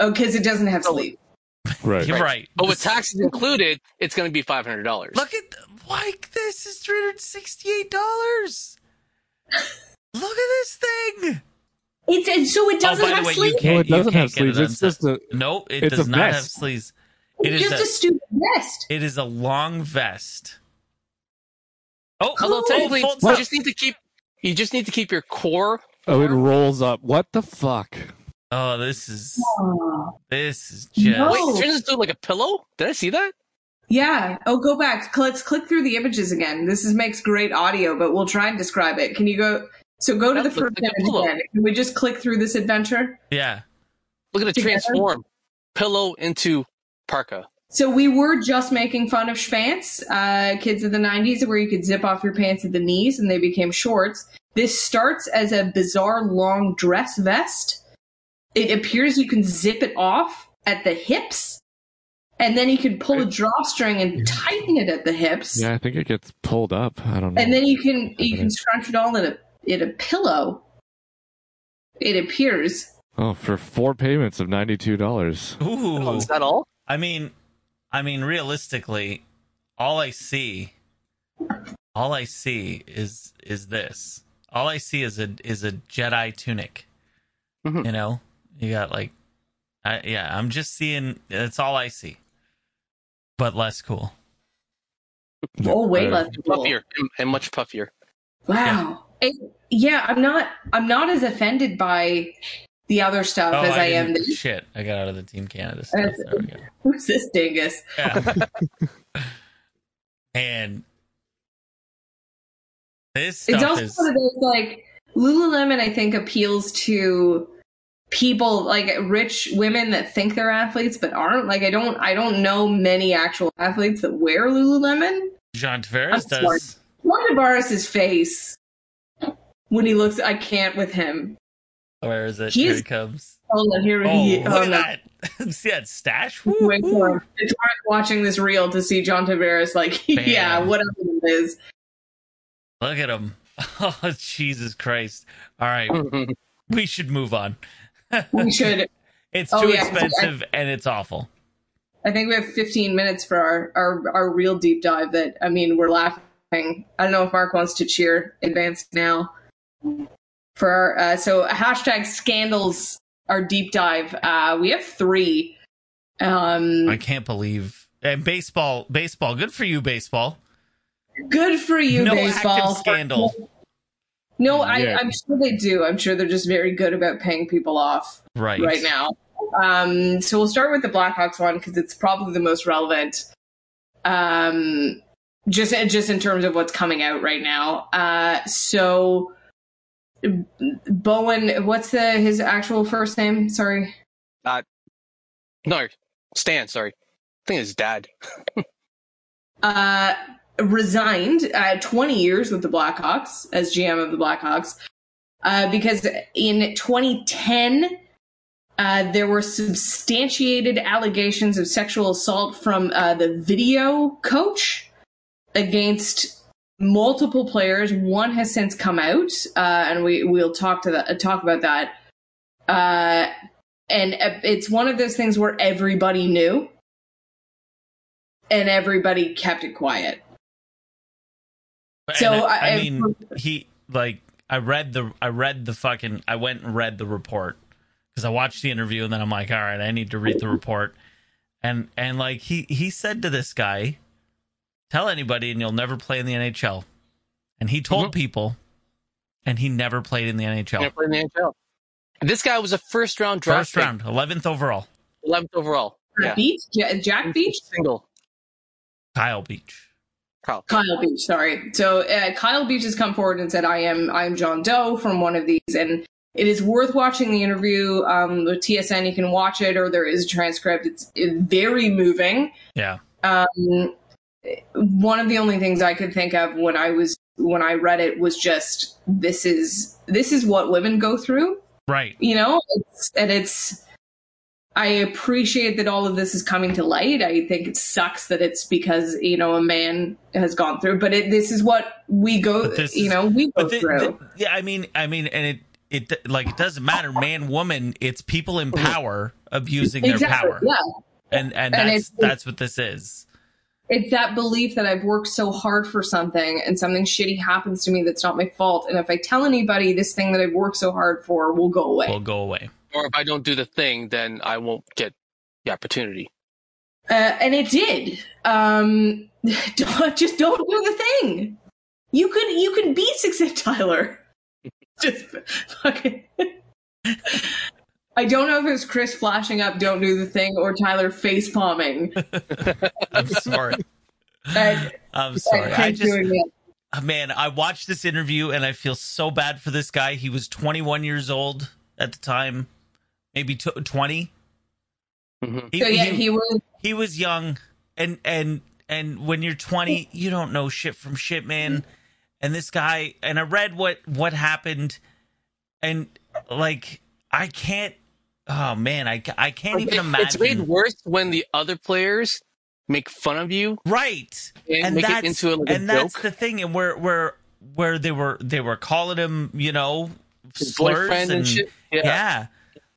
Speaker 2: Oh, because it doesn't have sleep.
Speaker 6: right.
Speaker 4: You're right.
Speaker 5: But with taxes included, it's going to be five hundred dollars.
Speaker 4: Look at like this is three hundred sixty eight dollars. Look at this thing.
Speaker 2: It's and so it doesn't
Speaker 4: oh, by
Speaker 2: have
Speaker 4: the way,
Speaker 2: sleep.
Speaker 4: you can't.
Speaker 6: No, it doesn't
Speaker 4: you
Speaker 6: have
Speaker 4: can't get
Speaker 6: sleeves.
Speaker 4: it
Speaker 6: It's just
Speaker 4: unset.
Speaker 6: a-
Speaker 4: No, it
Speaker 6: it's a
Speaker 4: does not have
Speaker 6: vest.
Speaker 4: sleeves. It
Speaker 2: It's
Speaker 4: is
Speaker 2: just a,
Speaker 4: a,
Speaker 2: stupid vest.
Speaker 4: it is a long vest. Oh,
Speaker 5: Although
Speaker 4: oh,
Speaker 5: technically,
Speaker 4: folds
Speaker 5: you
Speaker 4: up.
Speaker 5: just need to keep you just need to keep your core.
Speaker 6: Oh, it rolls up. What the fuck?
Speaker 4: Oh, this is
Speaker 2: Oh.
Speaker 4: this is
Speaker 2: No.
Speaker 4: just
Speaker 5: Wait,
Speaker 2: Oh.
Speaker 5: it turns into like a pillow. Did I see that?
Speaker 2: Yeah. Oh, go back. Cl- Let's click through the images again. This is makes great audio, but we'll try and describe it. Can you go? So go to
Speaker 5: That
Speaker 2: the first
Speaker 5: looks like a
Speaker 2: image
Speaker 5: pillow.
Speaker 2: again. Can we just click through this adventure?
Speaker 4: yeah.
Speaker 5: Look at it
Speaker 2: Together?
Speaker 5: transform pillow into parka.
Speaker 2: So we were just making fun of schpants, uh, kids of the '90s, where you could zip off your pants at the knees and they became shorts. This starts as a bizarre long dress vest. It appears you can zip it off at the hips, and then you can pull a drawstring and tighten it at the hips,
Speaker 6: Yeah, I think it gets pulled up. I don't know.
Speaker 2: and then you can you
Speaker 6: Okay.
Speaker 2: can scrunch it all in a in a pillow. It appears.
Speaker 6: oh, for four payments of ninety two dollars.
Speaker 4: Ooh.
Speaker 5: Oh, Is that all?
Speaker 4: I mean, I mean, realistically, all I see, all I see is is this. All I see is a is a Jedi tunic.
Speaker 5: Mhm.
Speaker 4: You know, you got like, I, yeah, I'm just seeing. That's all I see, but less cool.
Speaker 2: Oh, way
Speaker 6: Uh,
Speaker 2: less cool.
Speaker 5: Puffier and, and much puffier.
Speaker 2: Wow. It- Yeah. I'm not. I'm not as offended by the other stuff as Oh, I, am.
Speaker 4: Oh, didn't-
Speaker 2: The, [laughs]
Speaker 4: [laughs] shit, I got out of the Team Canada stuff.
Speaker 2: As-
Speaker 4: There
Speaker 2: [laughs]
Speaker 4: we go.
Speaker 2: who's this dingus?
Speaker 4: Yeah. [laughs] and this stuff
Speaker 2: it's also
Speaker 4: is
Speaker 2: one of those like Lululemon. I think appeals to people like rich women that think they're athletes but aren't. Like I don't. I don't know many actual athletes that wear Lululemon.
Speaker 4: Jean Tavares
Speaker 2: I'm sorry.
Speaker 4: does.
Speaker 2: Look at Barris's face when he looks. I can't with him.
Speaker 4: Where is it?
Speaker 2: He's-
Speaker 4: Here he comes.
Speaker 2: Hold on. Here
Speaker 4: Oh,
Speaker 2: he. um,
Speaker 4: look at
Speaker 2: no.
Speaker 4: that. [laughs] See that stash? Woo,
Speaker 2: Wait
Speaker 4: woo.
Speaker 2: for him. It's worth watching this reel to see John Tavares like, [laughs] yeah,
Speaker 4: Bam.
Speaker 2: whatever it is.
Speaker 4: Look at him. [laughs] Oh, Jesus Christ. All right.
Speaker 2: Mm.
Speaker 5: Mhm.
Speaker 4: We should move on.
Speaker 2: We should.
Speaker 4: It's too
Speaker 2: Oh, yeah.
Speaker 4: expensive and it's awful.
Speaker 2: I think we have 15 minutes for our, our our real deep dive. That I mean, we're laughing. I don't know if Mark wants to cheer advance now. For our, uh, so hashtag scandals our deep dive. Uh, we have three. Um,
Speaker 4: I can't believe. And baseball, baseball. Good for you, baseball.
Speaker 2: good for you,
Speaker 4: no
Speaker 2: baseball.
Speaker 4: active scandal.
Speaker 2: No, I,
Speaker 6: Yeah.
Speaker 2: I'm sure they do. I'm sure they're just very good about paying people off.
Speaker 4: Right.
Speaker 2: right now. Um, so we'll start with the Blackhawks one because it's probably the most relevant. Um, just just in terms of what's coming out right now. Uh, so B- Bowen, what's the his actual first name? Sorry,
Speaker 5: No, Stan. Sorry, I think it's dad.
Speaker 2: uh, resigned uh, 20 years with the Blackhawks as GM of the Blackhawks uh, because in 2010 uh, there were substantiated allegations of sexual assault from uh, the video coach against multiple players. One has since come out, uh, and we we'll talk to that, talk about that. Uh, and uh, it's one of those things where everybody knew and everybody kept it quiet. So,
Speaker 4: And I, I
Speaker 2: I-
Speaker 4: mean, he like I read the I read the fucking I went and read the report because I watched the interview and then I'm like, all right, I need to read the report. And and like he he said to this guy, Tell anybody and you'll never play in the NHL. And he told
Speaker 5: Mhm.
Speaker 4: people, and he never played in the NHL.
Speaker 5: Never played in the NHL. This guy was a first round draft
Speaker 4: First round, 11th overall,
Speaker 5: pick, 11th overall. Yeah. Mm-hmm.
Speaker 2: Beach, Ja- Jack Beach,
Speaker 5: Single.
Speaker 4: Kyle Beach.
Speaker 5: Kyle.
Speaker 2: Kyle Beach. Sorry. So uh, Kyle Beach has come forward and said, "I am, I am John Doe from one of these," and it is worth watching the interview um, with TSN. You can watch it, or there is a transcript. It's, it's very moving.
Speaker 4: Yeah.
Speaker 2: Um, one of the only things I could think of when I was when I read it was just this is this is what women go through
Speaker 4: Right.
Speaker 2: you know it's, and it's i appreciate that all of this is coming to light i think it sucks that it's because you know a man has gone through but it, this is what we go
Speaker 4: But this
Speaker 2: you
Speaker 4: is-
Speaker 2: know we go
Speaker 4: But the,
Speaker 2: through
Speaker 4: the- yeah, I mean, I mean, and it, it, like, it doesn't matter, man, woman. It's people in power abusing their
Speaker 2: exactly
Speaker 4: power,
Speaker 2: yeah
Speaker 4: and
Speaker 2: And
Speaker 4: and that's
Speaker 2: it's-
Speaker 4: that's what this is.
Speaker 2: it's that belief that i've worked so hard for something and something shitty happens to me that's not my fault and if i tell anybody this thing that i've worked so hard for will go away
Speaker 4: Will go away.
Speaker 5: Or if I don't do the thing, then I won't get the opportunity.
Speaker 2: uh, and it did. Um, [laughs] don't, just don't do the thing. You could you could be success, Tyler. [laughs] just fucking. [laughs] I don't know if it was Chris flashing up, "Don't do the thing," or Tyler face
Speaker 4: [laughs]
Speaker 2: palming.
Speaker 4: I'm sorry.
Speaker 2: I,
Speaker 4: I'm sorry. I
Speaker 2: Chris
Speaker 4: just
Speaker 2: doing it.
Speaker 4: Uh, man, I watched this interview and I feel so bad for this guy. He was 21 years old at the time, maybe tw 20.
Speaker 5: Mhm.
Speaker 4: He,
Speaker 2: Mm-hmm. So yeah,
Speaker 4: he-
Speaker 2: he was.
Speaker 4: he was young, and and and when you're 20, you don't know shit from shit, man. And this guy, and I read what what happened, and like I can't. Oh man, I ca- I can't even
Speaker 5: It-
Speaker 4: imagine.
Speaker 5: It's made worse when the other players make fun of you.
Speaker 4: right
Speaker 5: And make it into, like, a
Speaker 4: and that's
Speaker 5: joke.
Speaker 4: the thing and where where where they were they were calling him you know
Speaker 5: His
Speaker 4: slurs
Speaker 5: boyfriend and shit.
Speaker 4: yeah.
Speaker 5: Yeah.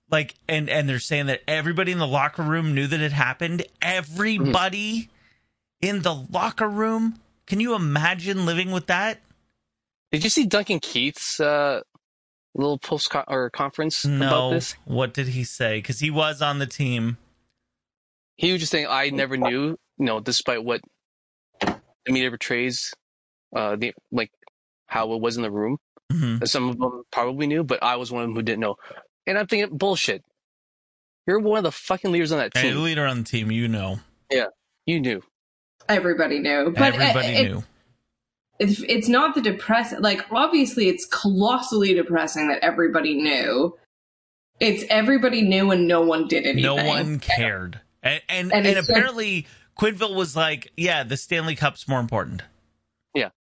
Speaker 4: like and and they're saying that everybody in the locker room knew that it happened everybody
Speaker 5: Mm-hmm.
Speaker 4: in the locker room can you imagine living with that
Speaker 5: Did you see Duncan Keith's uh, little post co- or conference about
Speaker 4: no
Speaker 5: this?
Speaker 4: what did he say because he was on the team
Speaker 5: He was just saying, "I never knew." You know, despite what the media portrays, uh, the like how it was in the room.
Speaker 4: Mhm.
Speaker 5: Some of them probably knew, but I was one of them who didn't know. And I'm thinking, bullshit. You're one of the fucking leaders on that
Speaker 4: Hey,
Speaker 5: team.
Speaker 4: leader on the team you know
Speaker 5: you knew.
Speaker 2: Everybody knew, but uh,
Speaker 4: everybody
Speaker 2: it-
Speaker 4: knew
Speaker 2: it's, it's not the depress like obviously it's colossally depressing that everybody knew. It's everybody knew and no one did anything.
Speaker 4: No one cared. And and,
Speaker 2: And
Speaker 4: and,
Speaker 2: it's just-
Speaker 4: apparently Quinville was like, yeah, the Stanley Cup's more important.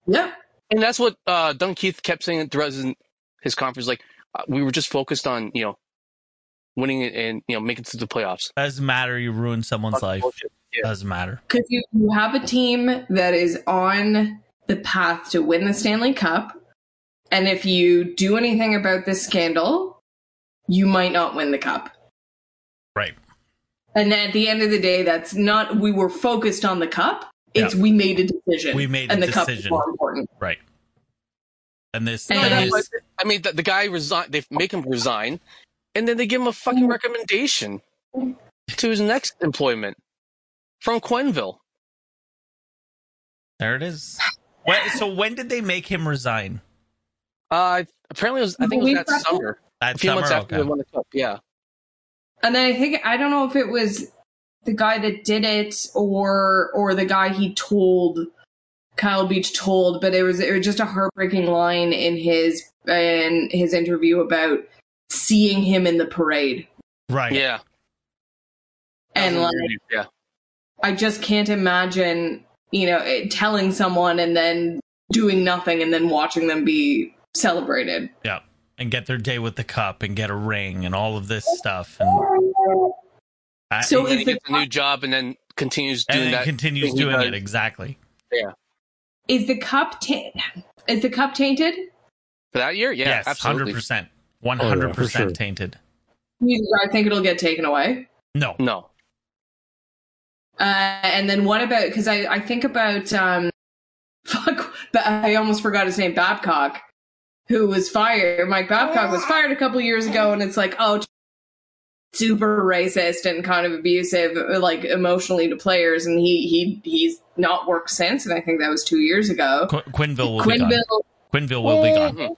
Speaker 2: Yep.
Speaker 5: And that's what uh, Duncan Keith kept saying throughout his, his conference. Like, uh, we were just focused on, you know, winning it and, you know, making it to the playoffs.
Speaker 4: Doesn't matter. You ruin someone's life.
Speaker 5: Bullshit. Yeah.
Speaker 4: Doesn't matter.
Speaker 2: because you, you have a team that is on the path to win the Stanley Cup, and if you do anything about this scandal, you might not win the cup.
Speaker 4: Right.
Speaker 2: And at the end of the day, that's not we were focused on the cup. It's we made a decision.
Speaker 4: We made a
Speaker 2: and the cup is
Speaker 4: decision.
Speaker 2: more important.
Speaker 4: Right. And this
Speaker 2: And
Speaker 5: But
Speaker 4: and
Speaker 5: that's
Speaker 2: that's
Speaker 5: what-
Speaker 4: this
Speaker 5: I mean, the, the guy resign. They make him resign, and then they give him a fucking
Speaker 2: Mm.
Speaker 5: recommendation to his next employment from Quenville.
Speaker 4: there it is. When, so when did they make him resign?
Speaker 5: Uh, apparently, it was, I think it was that summer,
Speaker 4: That
Speaker 5: a few
Speaker 4: summer.
Speaker 5: months after
Speaker 4: Okay.
Speaker 5: they won the cup. Yeah,
Speaker 2: And then I think I don't know if it was the guy that did it or or the guy he told Kyle Beach told, but it was it was just a heartbreaking line in his in his interview about seeing him in the parade
Speaker 4: Right.
Speaker 5: yeah, Oh,
Speaker 2: and like
Speaker 5: yeah.
Speaker 2: I just can't imagine you know it, telling someone and then doing nothing and then watching them be celebrated.
Speaker 4: Yeah. And get their day with the cup and get a ring and all of this stuff. And I-
Speaker 2: So
Speaker 5: And
Speaker 2: if
Speaker 5: he
Speaker 2: the
Speaker 5: gets a new job and then continues
Speaker 4: and
Speaker 5: doing
Speaker 4: then
Speaker 5: that.
Speaker 4: continues
Speaker 5: thing he
Speaker 4: doing
Speaker 5: does.
Speaker 4: it exactly.
Speaker 2: is the cup ta- is the cup tainted?
Speaker 5: For that year, yeah,
Speaker 4: yes,
Speaker 5: absolutely. Oh,
Speaker 4: hundred percent, one hundred
Speaker 6: sure.
Speaker 4: percent tainted.
Speaker 2: You- I think it'll get taken away.
Speaker 4: No,
Speaker 5: No,
Speaker 2: Uh, and then what about because I, I think about um [laughs] fuck but I almost forgot his name Babcock who was fired Mike Babcock was fired a couple years ago and it's like oh super racist and kind of abusive, like emotionally to players, and he he he's not worked since, and I think that was two years ago.
Speaker 4: Qu- Quinville will be gone.
Speaker 2: Quinville,
Speaker 4: Quinville will be
Speaker 2: Yeah.
Speaker 4: gone.
Speaker 5: Oh.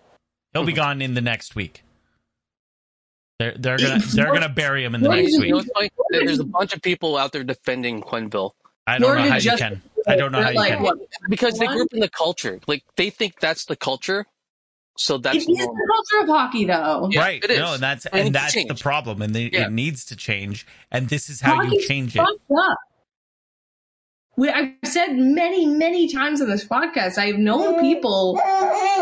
Speaker 4: He'll be gone in the next week. They're they're gonna they're gonna bury him in the
Speaker 2: What
Speaker 4: next
Speaker 2: is-
Speaker 5: You know
Speaker 4: week.
Speaker 5: what's funny? There- There's a bunch of people out there defending Quenville
Speaker 4: I don't know
Speaker 2: Morgan
Speaker 4: how you
Speaker 2: just-
Speaker 4: can. I don't know
Speaker 2: they're
Speaker 4: how you
Speaker 2: like,
Speaker 4: can.
Speaker 2: what,
Speaker 5: because they
Speaker 2: One-
Speaker 5: grew up in the culture. Like they think that's the culture, so
Speaker 2: It
Speaker 5: that's
Speaker 2: is the
Speaker 5: normal.
Speaker 2: culture of hockey, though.
Speaker 5: Yeah,
Speaker 4: right.
Speaker 5: it is.
Speaker 4: No, and that's
Speaker 5: needs to
Speaker 4: and that's the
Speaker 5: change.
Speaker 4: problem, and they,
Speaker 5: Yeah.
Speaker 4: it needs to change. And this is how you
Speaker 2: Hockey's
Speaker 4: change it.
Speaker 2: fucked up. We, I've said many, many times on this podcast, I've known people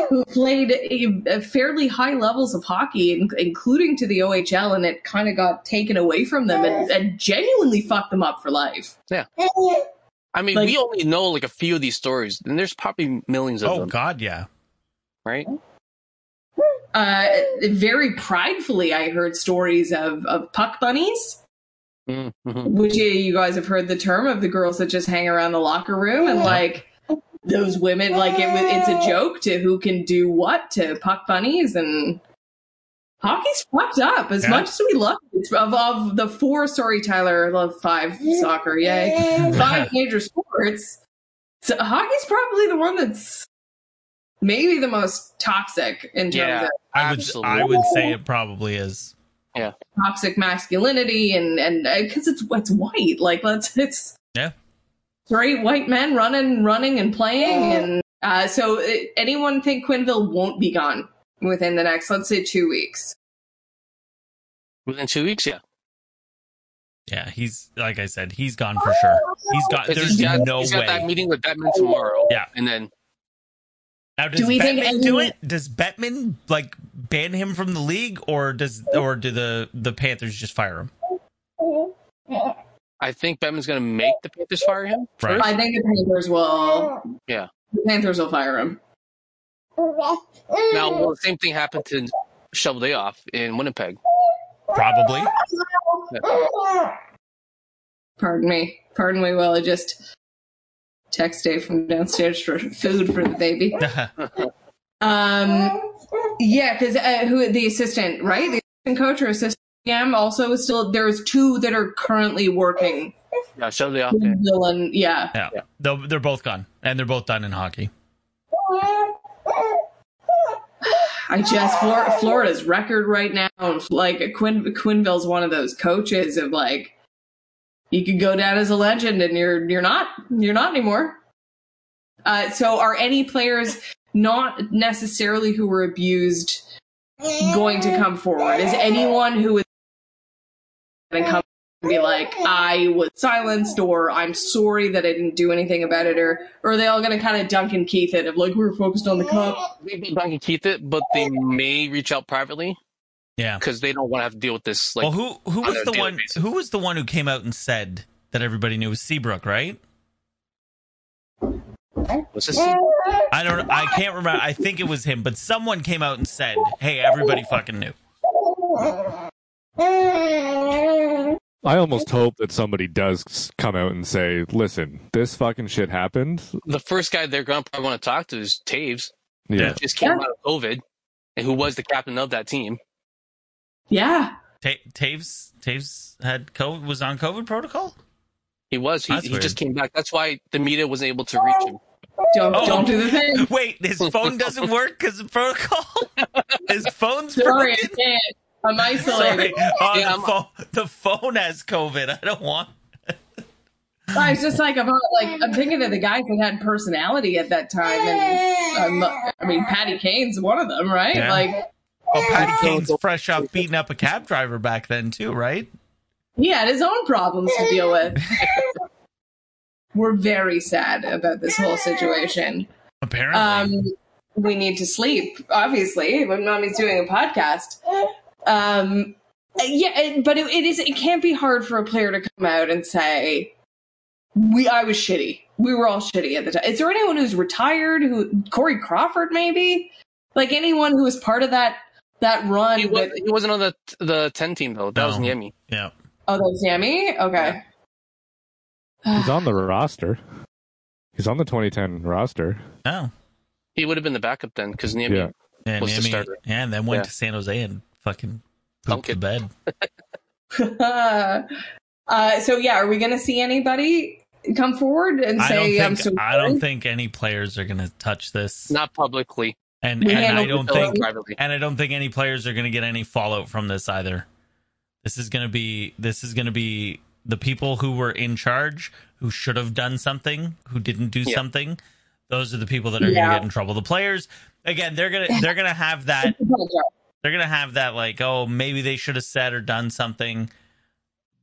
Speaker 2: who played a, a fairly high levels of hockey, in, including to the OHL, and it kind of got taken away from them and, and genuinely fucked them up for life.
Speaker 5: I mean,
Speaker 2: Like-
Speaker 5: we only know like a few of these stories, and there's probably millions of
Speaker 4: Oh
Speaker 5: them,
Speaker 4: God, yeah.
Speaker 5: right?
Speaker 2: Uh, very pridefully, I heard stories of, of puck bunnies.
Speaker 5: Mm-hmm.
Speaker 2: Which you, you guys have heard the term of the girls that just hang around the locker room and like those women like it was it's a joke to who can do what to puck bunnies and hockey's fucked up as
Speaker 4: Yeah.
Speaker 2: much as we love it of, of the four sorry tyler I love five soccer yay five major sports so hockey's probably the one that's maybe the most toxic in terms
Speaker 5: Yeah.
Speaker 2: of
Speaker 4: I would I would say it probably is.
Speaker 2: toxic masculinity and and because it's it's white like let's [laughs] it's
Speaker 4: Yeah.
Speaker 2: straight white men running running and playing and uh so uh, anyone think quinville won't be gone within the next let's say two weeks
Speaker 5: Within two weeks, yeah.
Speaker 4: Uh, Yeah, he's like I said, he's gone for sure. He's got.
Speaker 5: 'Cause
Speaker 4: There's
Speaker 5: he's got,
Speaker 4: no
Speaker 5: he's got that
Speaker 4: way.
Speaker 5: meeting with Batman tomorrow.
Speaker 4: Yeah.
Speaker 5: and then
Speaker 4: Now, does
Speaker 2: Do we think
Speaker 4: Bettman do
Speaker 2: any-
Speaker 4: it? Does Bettman like ban him from the league, or does or do the the Panthers just fire him?
Speaker 5: I think Batman's going to make the Panthers fire him.
Speaker 4: Right.
Speaker 2: i think the panthers will
Speaker 5: Yeah.
Speaker 2: the panthers will fire him
Speaker 5: Now, well, the same thing happened to Shovel Day Off in Winnipeg.
Speaker 4: Probably. [laughs]
Speaker 2: pardon me pardon me will i just text dave from downstairs for food for the baby Um, yeah, because uh, who the assistant, right? The assistant coach or assistant GM also is still there's two that are currently working.
Speaker 5: Yeah, Shovel Day Off.
Speaker 2: with Dylan, yeah,
Speaker 4: Yeah.
Speaker 5: Yeah.
Speaker 4: They're, they're both gone, and they're both done in hockey.
Speaker 2: I just Flor- Florida's record right now. and, Like Quin Quinville's one of those coaches of like you could go down as a legend and you're you're not you're not anymore. Uh, so are any players not necessarily who were abused going to come forward? Is anyone who is going to come and be like, I was silenced, or I'm sorry that I didn't do anything about it, or, or are they all going to kind of Duncan Keith it of like, we were focused on the cup?
Speaker 5: Maybe Duncan Keith it, but they may reach out privately
Speaker 4: Yeah.
Speaker 5: because they don't want to have to deal with this. Like,
Speaker 4: Well, who who
Speaker 5: on
Speaker 4: was
Speaker 5: a
Speaker 4: the
Speaker 5: daily
Speaker 4: one
Speaker 5: basis.
Speaker 4: who was the one who came out and said that everybody knew was Seabrook, right?
Speaker 5: what's this?
Speaker 4: I don't. I can't remember. I think it was him, but someone came out and said, "Hey, everybody fucking knew."
Speaker 6: I almost hope that somebody does come out and say, "Listen, this fucking shit happened."
Speaker 5: The first guy they're going to probably want to talk to is Taves,
Speaker 6: Yeah,
Speaker 5: who just came
Speaker 2: Yeah.
Speaker 5: out of COVID and who was the captain of that team.
Speaker 2: Yeah.
Speaker 4: Ta- Taves Taves had COVID, was on COVID protocol.
Speaker 5: He was. He,
Speaker 4: That's
Speaker 5: he
Speaker 4: weird.
Speaker 5: just came back. That's why the media wasn't able
Speaker 2: Oh,
Speaker 5: to reach him.
Speaker 2: Don't,
Speaker 4: Oh.
Speaker 2: don't do the
Speaker 4: [laughs]
Speaker 2: thing.
Speaker 4: Wait, his phone doesn't work because of protocol. [laughs] His phone's
Speaker 2: Sorry, I
Speaker 4: broken.
Speaker 2: can't. I'm [laughs]
Speaker 4: Sorry,
Speaker 2: isolated.
Speaker 4: oh,
Speaker 5: Yeah,
Speaker 4: the
Speaker 5: I'm-
Speaker 4: phone the phone has COVID. I don't want.
Speaker 2: I was just like, I'm not- like, I'm thinking of the guys that had personality at that time, and um, I mean, Patty Kane's one of them, right?
Speaker 4: Yeah.
Speaker 2: Like,
Speaker 4: Well, Patty Kane's fresh off beating up a cab driver back then too, right?
Speaker 2: he had his own problems to deal with.
Speaker 4: [laughs]
Speaker 2: We're very sad about this whole situation.
Speaker 4: Apparently,
Speaker 2: Um, we need to sleep, obviously, when mommy's doing a podcast. Um, yeah, it- but it, it is. It can't be hard for a player to come out and say, "We, I was shitty. We were all shitty at the time." Is there anyone who's retired? Who Corey Crawford, maybe? Like anyone who was part of that that run?
Speaker 5: He, was,
Speaker 2: with,
Speaker 5: he wasn't on the the ten team though. That was
Speaker 4: No.
Speaker 5: Niemi.
Speaker 4: yeah.
Speaker 2: oh, that was Yami. Okay. [laughs]
Speaker 6: he's on the roster. He's on the 2010 roster.
Speaker 4: Oh,
Speaker 5: He would have been the backup then because Niemi.
Speaker 6: Yeah.
Speaker 4: yeah,
Speaker 5: Was the
Speaker 4: Miami-
Speaker 5: starter.
Speaker 4: yeah, and then went
Speaker 5: Yeah.
Speaker 4: to San Jose and fucking pooped
Speaker 5: Dunk it.
Speaker 4: the bed.
Speaker 2: uh, so yeah, are we going to see anybody come forward and
Speaker 4: I don't
Speaker 2: say I'm
Speaker 4: think
Speaker 2: so
Speaker 4: I don't think any players are going to touch this,
Speaker 5: Not publicly.
Speaker 4: and
Speaker 2: we
Speaker 4: and I
Speaker 2: handled
Speaker 4: don't
Speaker 5: but
Speaker 4: think
Speaker 5: privately.
Speaker 4: and I don't think any players are going to get any fallout from this either. This is going to be this is going to be the people who were in charge who should have done something who didn't do
Speaker 5: Yeah.
Speaker 4: something. Those are the people that are going
Speaker 2: Yeah.
Speaker 4: to get in trouble. The players again, they're going to they're going to have that they're going to have that like oh maybe they should have said or done something.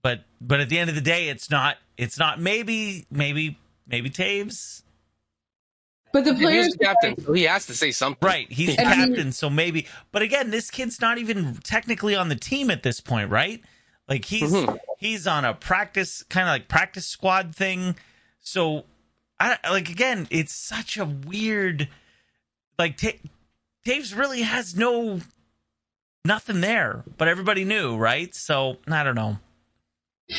Speaker 4: But but at the end of the day it's not it's not maybe maybe maybe Taves
Speaker 2: But the
Speaker 5: He
Speaker 2: players
Speaker 5: was the captain, so he has to say something.
Speaker 4: Right, he's
Speaker 2: And I mean-
Speaker 4: captain, so maybe. But again, this kid's not even technically on the team at this point, right? Like he's
Speaker 2: Mm-hmm.
Speaker 5: Mhm.
Speaker 4: he's on a practice kind of like practice squad thing. So, I like again, it's such a weird like Ta- Taves really has no nothing there, but everybody knew, right? So I don't know.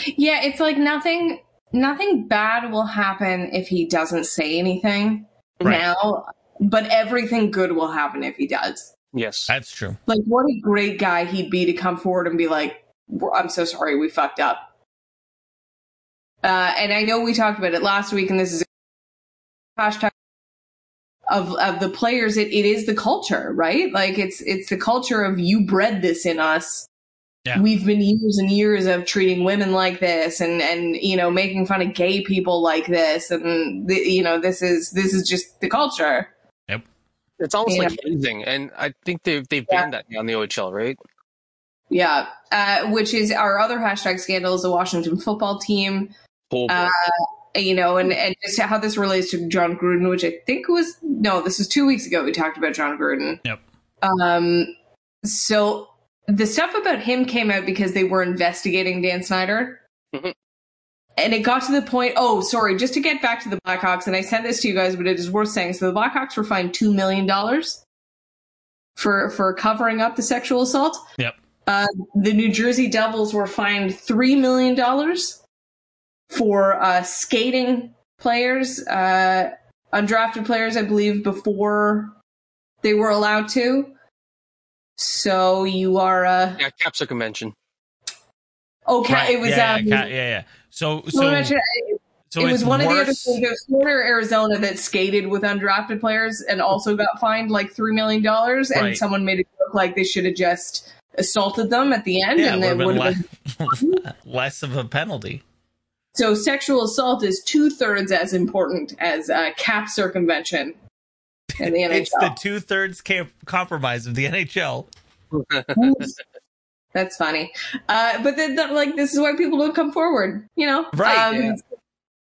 Speaker 2: Yeah, it's like nothing nothing bad will happen if he doesn't say anything
Speaker 4: Right.
Speaker 2: now, but everything good will happen if he does.
Speaker 5: Yes.
Speaker 4: That's true.
Speaker 2: Like what a great guy he'd be to come forward and be like, "We're- "I'm so sorry, we fucked up." Uh, and I know we talked about it last week, and this is a hashtag of of the players. It, it is the culture, right? Like it's it's the culture of you bred this in us
Speaker 4: Yeah.
Speaker 2: we've been years and years of treating women like this and and you know making fun of gay people like this and th- you know this is this is just the culture
Speaker 5: It's almost
Speaker 2: Yeah.
Speaker 5: like hazing, and I think they've they've
Speaker 2: Yeah.
Speaker 5: banned that now in the OHL, right?
Speaker 2: yeah uh, which is our other hashtag scandal is the washington football team
Speaker 5: Whole
Speaker 2: Uh, you know and and just how this relates to john gruden which i think was no this was two weeks ago we talked about john gruden
Speaker 4: Yep.
Speaker 2: um so the stuff about him came out because they were investigating dan snyder
Speaker 5: Mhm.
Speaker 2: and it got to the point oh sorry just to get back to the blackhawks and i sent this to you guys but it is worth saying so the blackhawks were fined $2 million for for covering up the sexual assault
Speaker 4: Yep.
Speaker 2: uh, the new jersey devils were fined $3 million for uh, skating players, uh, undrafted players, I believe, before they were allowed to. So you are uh,
Speaker 5: yeah, cap circumvention.
Speaker 2: okay.
Speaker 4: Right.
Speaker 2: It was
Speaker 4: yeah,
Speaker 2: um,
Speaker 4: yeah, ca- yeah, yeah. So so
Speaker 2: no, no, no,
Speaker 4: so
Speaker 2: it was
Speaker 4: it's
Speaker 2: one of the other
Speaker 4: worse-
Speaker 2: things. It was Florida or Arizona that skated with undrafted players and also got fined like three million dollars, and
Speaker 4: Right.
Speaker 2: someone made it look like they should have just assaulted them at the end,
Speaker 4: Yeah,
Speaker 2: and
Speaker 4: it
Speaker 2: they would
Speaker 4: would
Speaker 2: have been
Speaker 4: have been le- [laughs] less of a penalty.
Speaker 2: So sexual assault is two thirds as important as uh, cap circumvention in the
Speaker 4: It's the
Speaker 2: NHL.
Speaker 4: two thirds camp compromise of the [laughs] NHL.
Speaker 2: [laughs] That's funny, uh, but then that, like this is why people don't come forward, you know? Um,
Speaker 4: Right, yeah.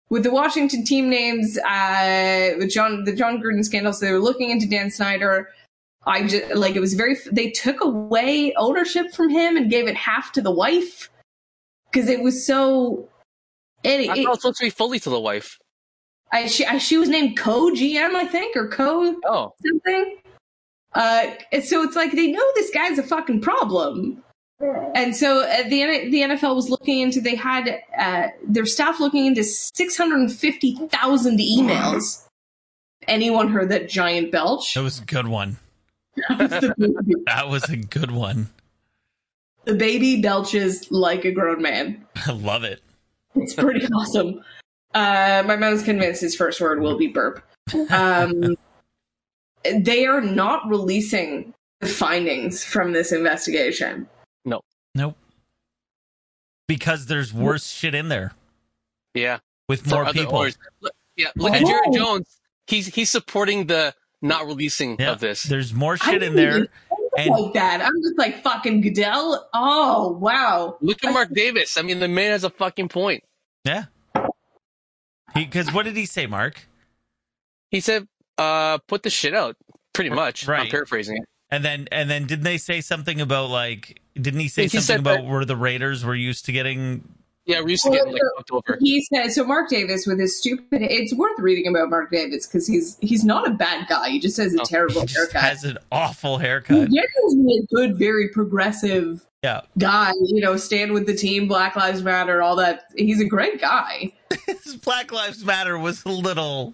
Speaker 2: With the Washington team names, uh, with John the John Gruden scandal, so they were looking into Dan Snyder. I just like it was very. They took away ownership from him and gave it half to the wife because it was so. It,
Speaker 5: I thought
Speaker 2: it-
Speaker 5: it was supposed to be fully to the wife.
Speaker 2: I, she, I, she was named Co GM, I think, or Co
Speaker 5: Oh,
Speaker 2: something. Uh, and so it's like they know this guy's a fucking problem. And so uh, the N- the NFL was looking into they had uh, their staff looking into six hundred and fifty thousand emails. Anyone heard that giant belch?
Speaker 4: That was a good one.
Speaker 2: the, baby,
Speaker 4: That was a good one.
Speaker 2: the baby belches like a grown man.
Speaker 4: I love it.
Speaker 2: It's pretty [laughs] awesome. Uh, my mom's convinced his first word will be burp. Um, [laughs] they are not releasing the findings from this investigation.
Speaker 4: Nope. Because there's worse shit in there
Speaker 5: yeah.
Speaker 4: with
Speaker 5: For
Speaker 4: more
Speaker 5: other
Speaker 4: people.
Speaker 5: owners. Look- Yeah, look at
Speaker 2: Oh.
Speaker 5: Jerry Jones. He's he's supporting the not releasing
Speaker 4: Yeah,
Speaker 5: of this.
Speaker 4: There's more
Speaker 2: I
Speaker 4: shit in
Speaker 2: didn't
Speaker 4: there.
Speaker 2: even think
Speaker 4: and-
Speaker 2: like that. I'm just like fucking Goodell. Oh wow.
Speaker 5: Look at Mark Davis. I mean, the man has a fucking point.
Speaker 4: Yeah. Because what did he say, Mark?
Speaker 5: He said, uh, "Put the shit out." Pretty much. I'm
Speaker 4: Right.
Speaker 5: paraphrasing it.
Speaker 4: And then and then didn't they say something about like didn't he say
Speaker 5: He
Speaker 4: something
Speaker 5: said
Speaker 4: about where the Raiders were used to getting
Speaker 5: Yeah, we used to
Speaker 2: Well,
Speaker 5: get like fucked over.
Speaker 2: He said so. Mark Davis with his stupid. It's worth reading about Mark Davis because he's he's not a bad guy. He just has a
Speaker 5: No,
Speaker 4: Oh, he
Speaker 2: terrible
Speaker 4: just
Speaker 2: haircut.
Speaker 4: has an awful
Speaker 2: He
Speaker 4: haircut?
Speaker 2: generally a good, very progressive
Speaker 4: Yeah. [laughs]
Speaker 2: guy. You know, stand with the team, Black Lives Matter, all that. He's a great guy.
Speaker 4: Black Lives Matter was a little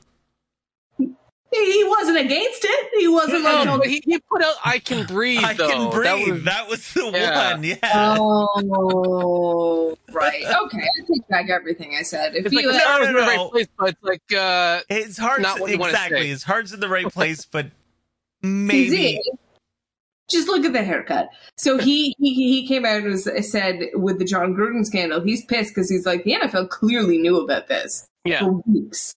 Speaker 2: He, he wasn't against it. He wasn't like,
Speaker 5: No,
Speaker 2: all-
Speaker 5: but he, he put out "I Can
Speaker 4: [laughs]
Speaker 5: Breathe."
Speaker 4: I
Speaker 5: though.
Speaker 4: can
Speaker 5: That
Speaker 4: breathe.
Speaker 5: was-
Speaker 4: That was, the
Speaker 5: Yeah.
Speaker 4: one. Yeah.
Speaker 2: oh, right. Okay, I take back everything I said. If
Speaker 5: it's like,
Speaker 2: you,
Speaker 5: the
Speaker 4: no,
Speaker 5: power was in the
Speaker 4: no,
Speaker 5: right
Speaker 4: no.
Speaker 5: place, but it's like, uh,
Speaker 4: His heart's
Speaker 5: Not what you wanna
Speaker 4: exactly.
Speaker 5: say.
Speaker 4: His heart's in the
Speaker 5: [laughs]
Speaker 4: right place, but
Speaker 2: He's
Speaker 4: maybe
Speaker 2: in. Just look at the haircut. So he he, he came out and was, said with the John Gruden scandal, he's pissed because he's like the NFL clearly knew about this
Speaker 5: yeah,
Speaker 2: for weeks.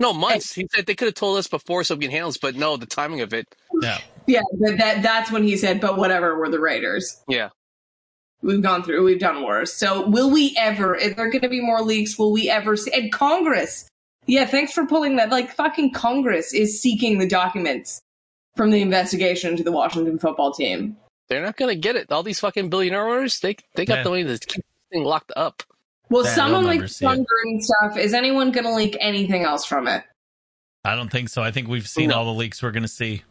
Speaker 5: no months. He said they could have told us before so we can handle this, but no, the timing of it.
Speaker 4: no.
Speaker 2: Yeah, but that that's when he said, "But whatever, we're the Raiders.
Speaker 5: Yeah,
Speaker 2: We've gone through. We've done worse. So will we ever? Is there going to be more leaks? Will we ever? See, and Congress? Yeah, thanks for pulling that. Like fucking Congress is seeking the documents from the investigation to the Washington football team.
Speaker 5: they're not gonna get it. All these fucking billionaire owners, they they got
Speaker 4: Yeah.
Speaker 5: the money to keep this thing locked up.
Speaker 2: Well,
Speaker 4: Yeah,
Speaker 2: someone
Speaker 4: they'll
Speaker 2: like
Speaker 4: never see
Speaker 2: John Gruden stuff. Is anyone going to leak anything else from it?
Speaker 4: I don't think so. I think we've seen
Speaker 5: No.
Speaker 4: all the leaks we're going to see.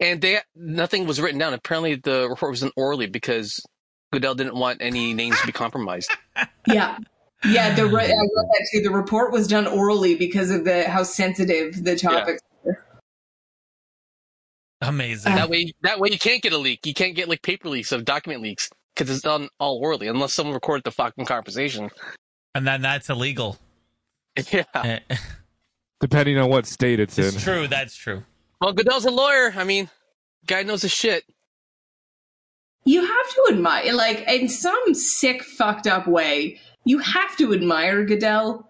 Speaker 5: And they nothing was written down. Apparently, the report was an orally because Goodell didn't want any names to be compromised.
Speaker 2: Yeah, yeah. The re- I read that too. The report was done orally because of the how sensitive the topic.
Speaker 4: Amazing.
Speaker 5: That way, that way you can't get a leak. You can't get like paper leaks of document leaks because it's done all orally, unless someone recorded the fucking conversation. [laughs]
Speaker 4: and then that's illegal.
Speaker 5: Yeah.
Speaker 4: Eh, [laughs]
Speaker 6: depending on what state it's, in.
Speaker 4: it's true. That's true.
Speaker 5: Well, Goodell's a lawyer. I mean, guy knows his shit.
Speaker 2: You have to admire, like, in some sick, fucked up way, you have to admire Goodell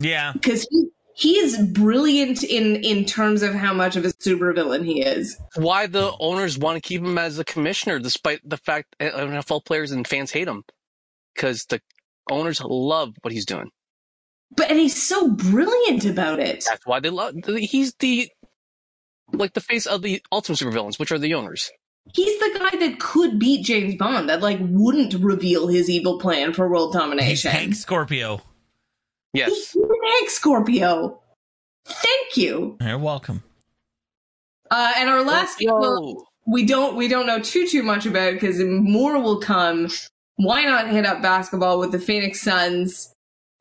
Speaker 4: Yeah.
Speaker 2: because he he is brilliant in in terms of how much of a supervillain he is.
Speaker 5: Why the owners want to keep him as a commissioner, despite the fact that NFL players and fans hate him, because the owners love what he's doing.
Speaker 2: But and he's so brilliant about it.
Speaker 5: That's why they love. He's the like the face of the ultimate supervillains, which are the owners.
Speaker 2: He's the guy that could beat James Bond, that like wouldn't reveal his evil plan for world
Speaker 4: He's
Speaker 2: domination.
Speaker 4: Hank Scorpio.
Speaker 5: Yes.
Speaker 2: He's Hank Scorpio. Thank you.
Speaker 4: You're welcome.
Speaker 2: Uh, and our [laughs] last people,
Speaker 5: Whoa.
Speaker 2: we don't we don't know too too much about because more will come. Why not hit up basketball with the Phoenix Suns?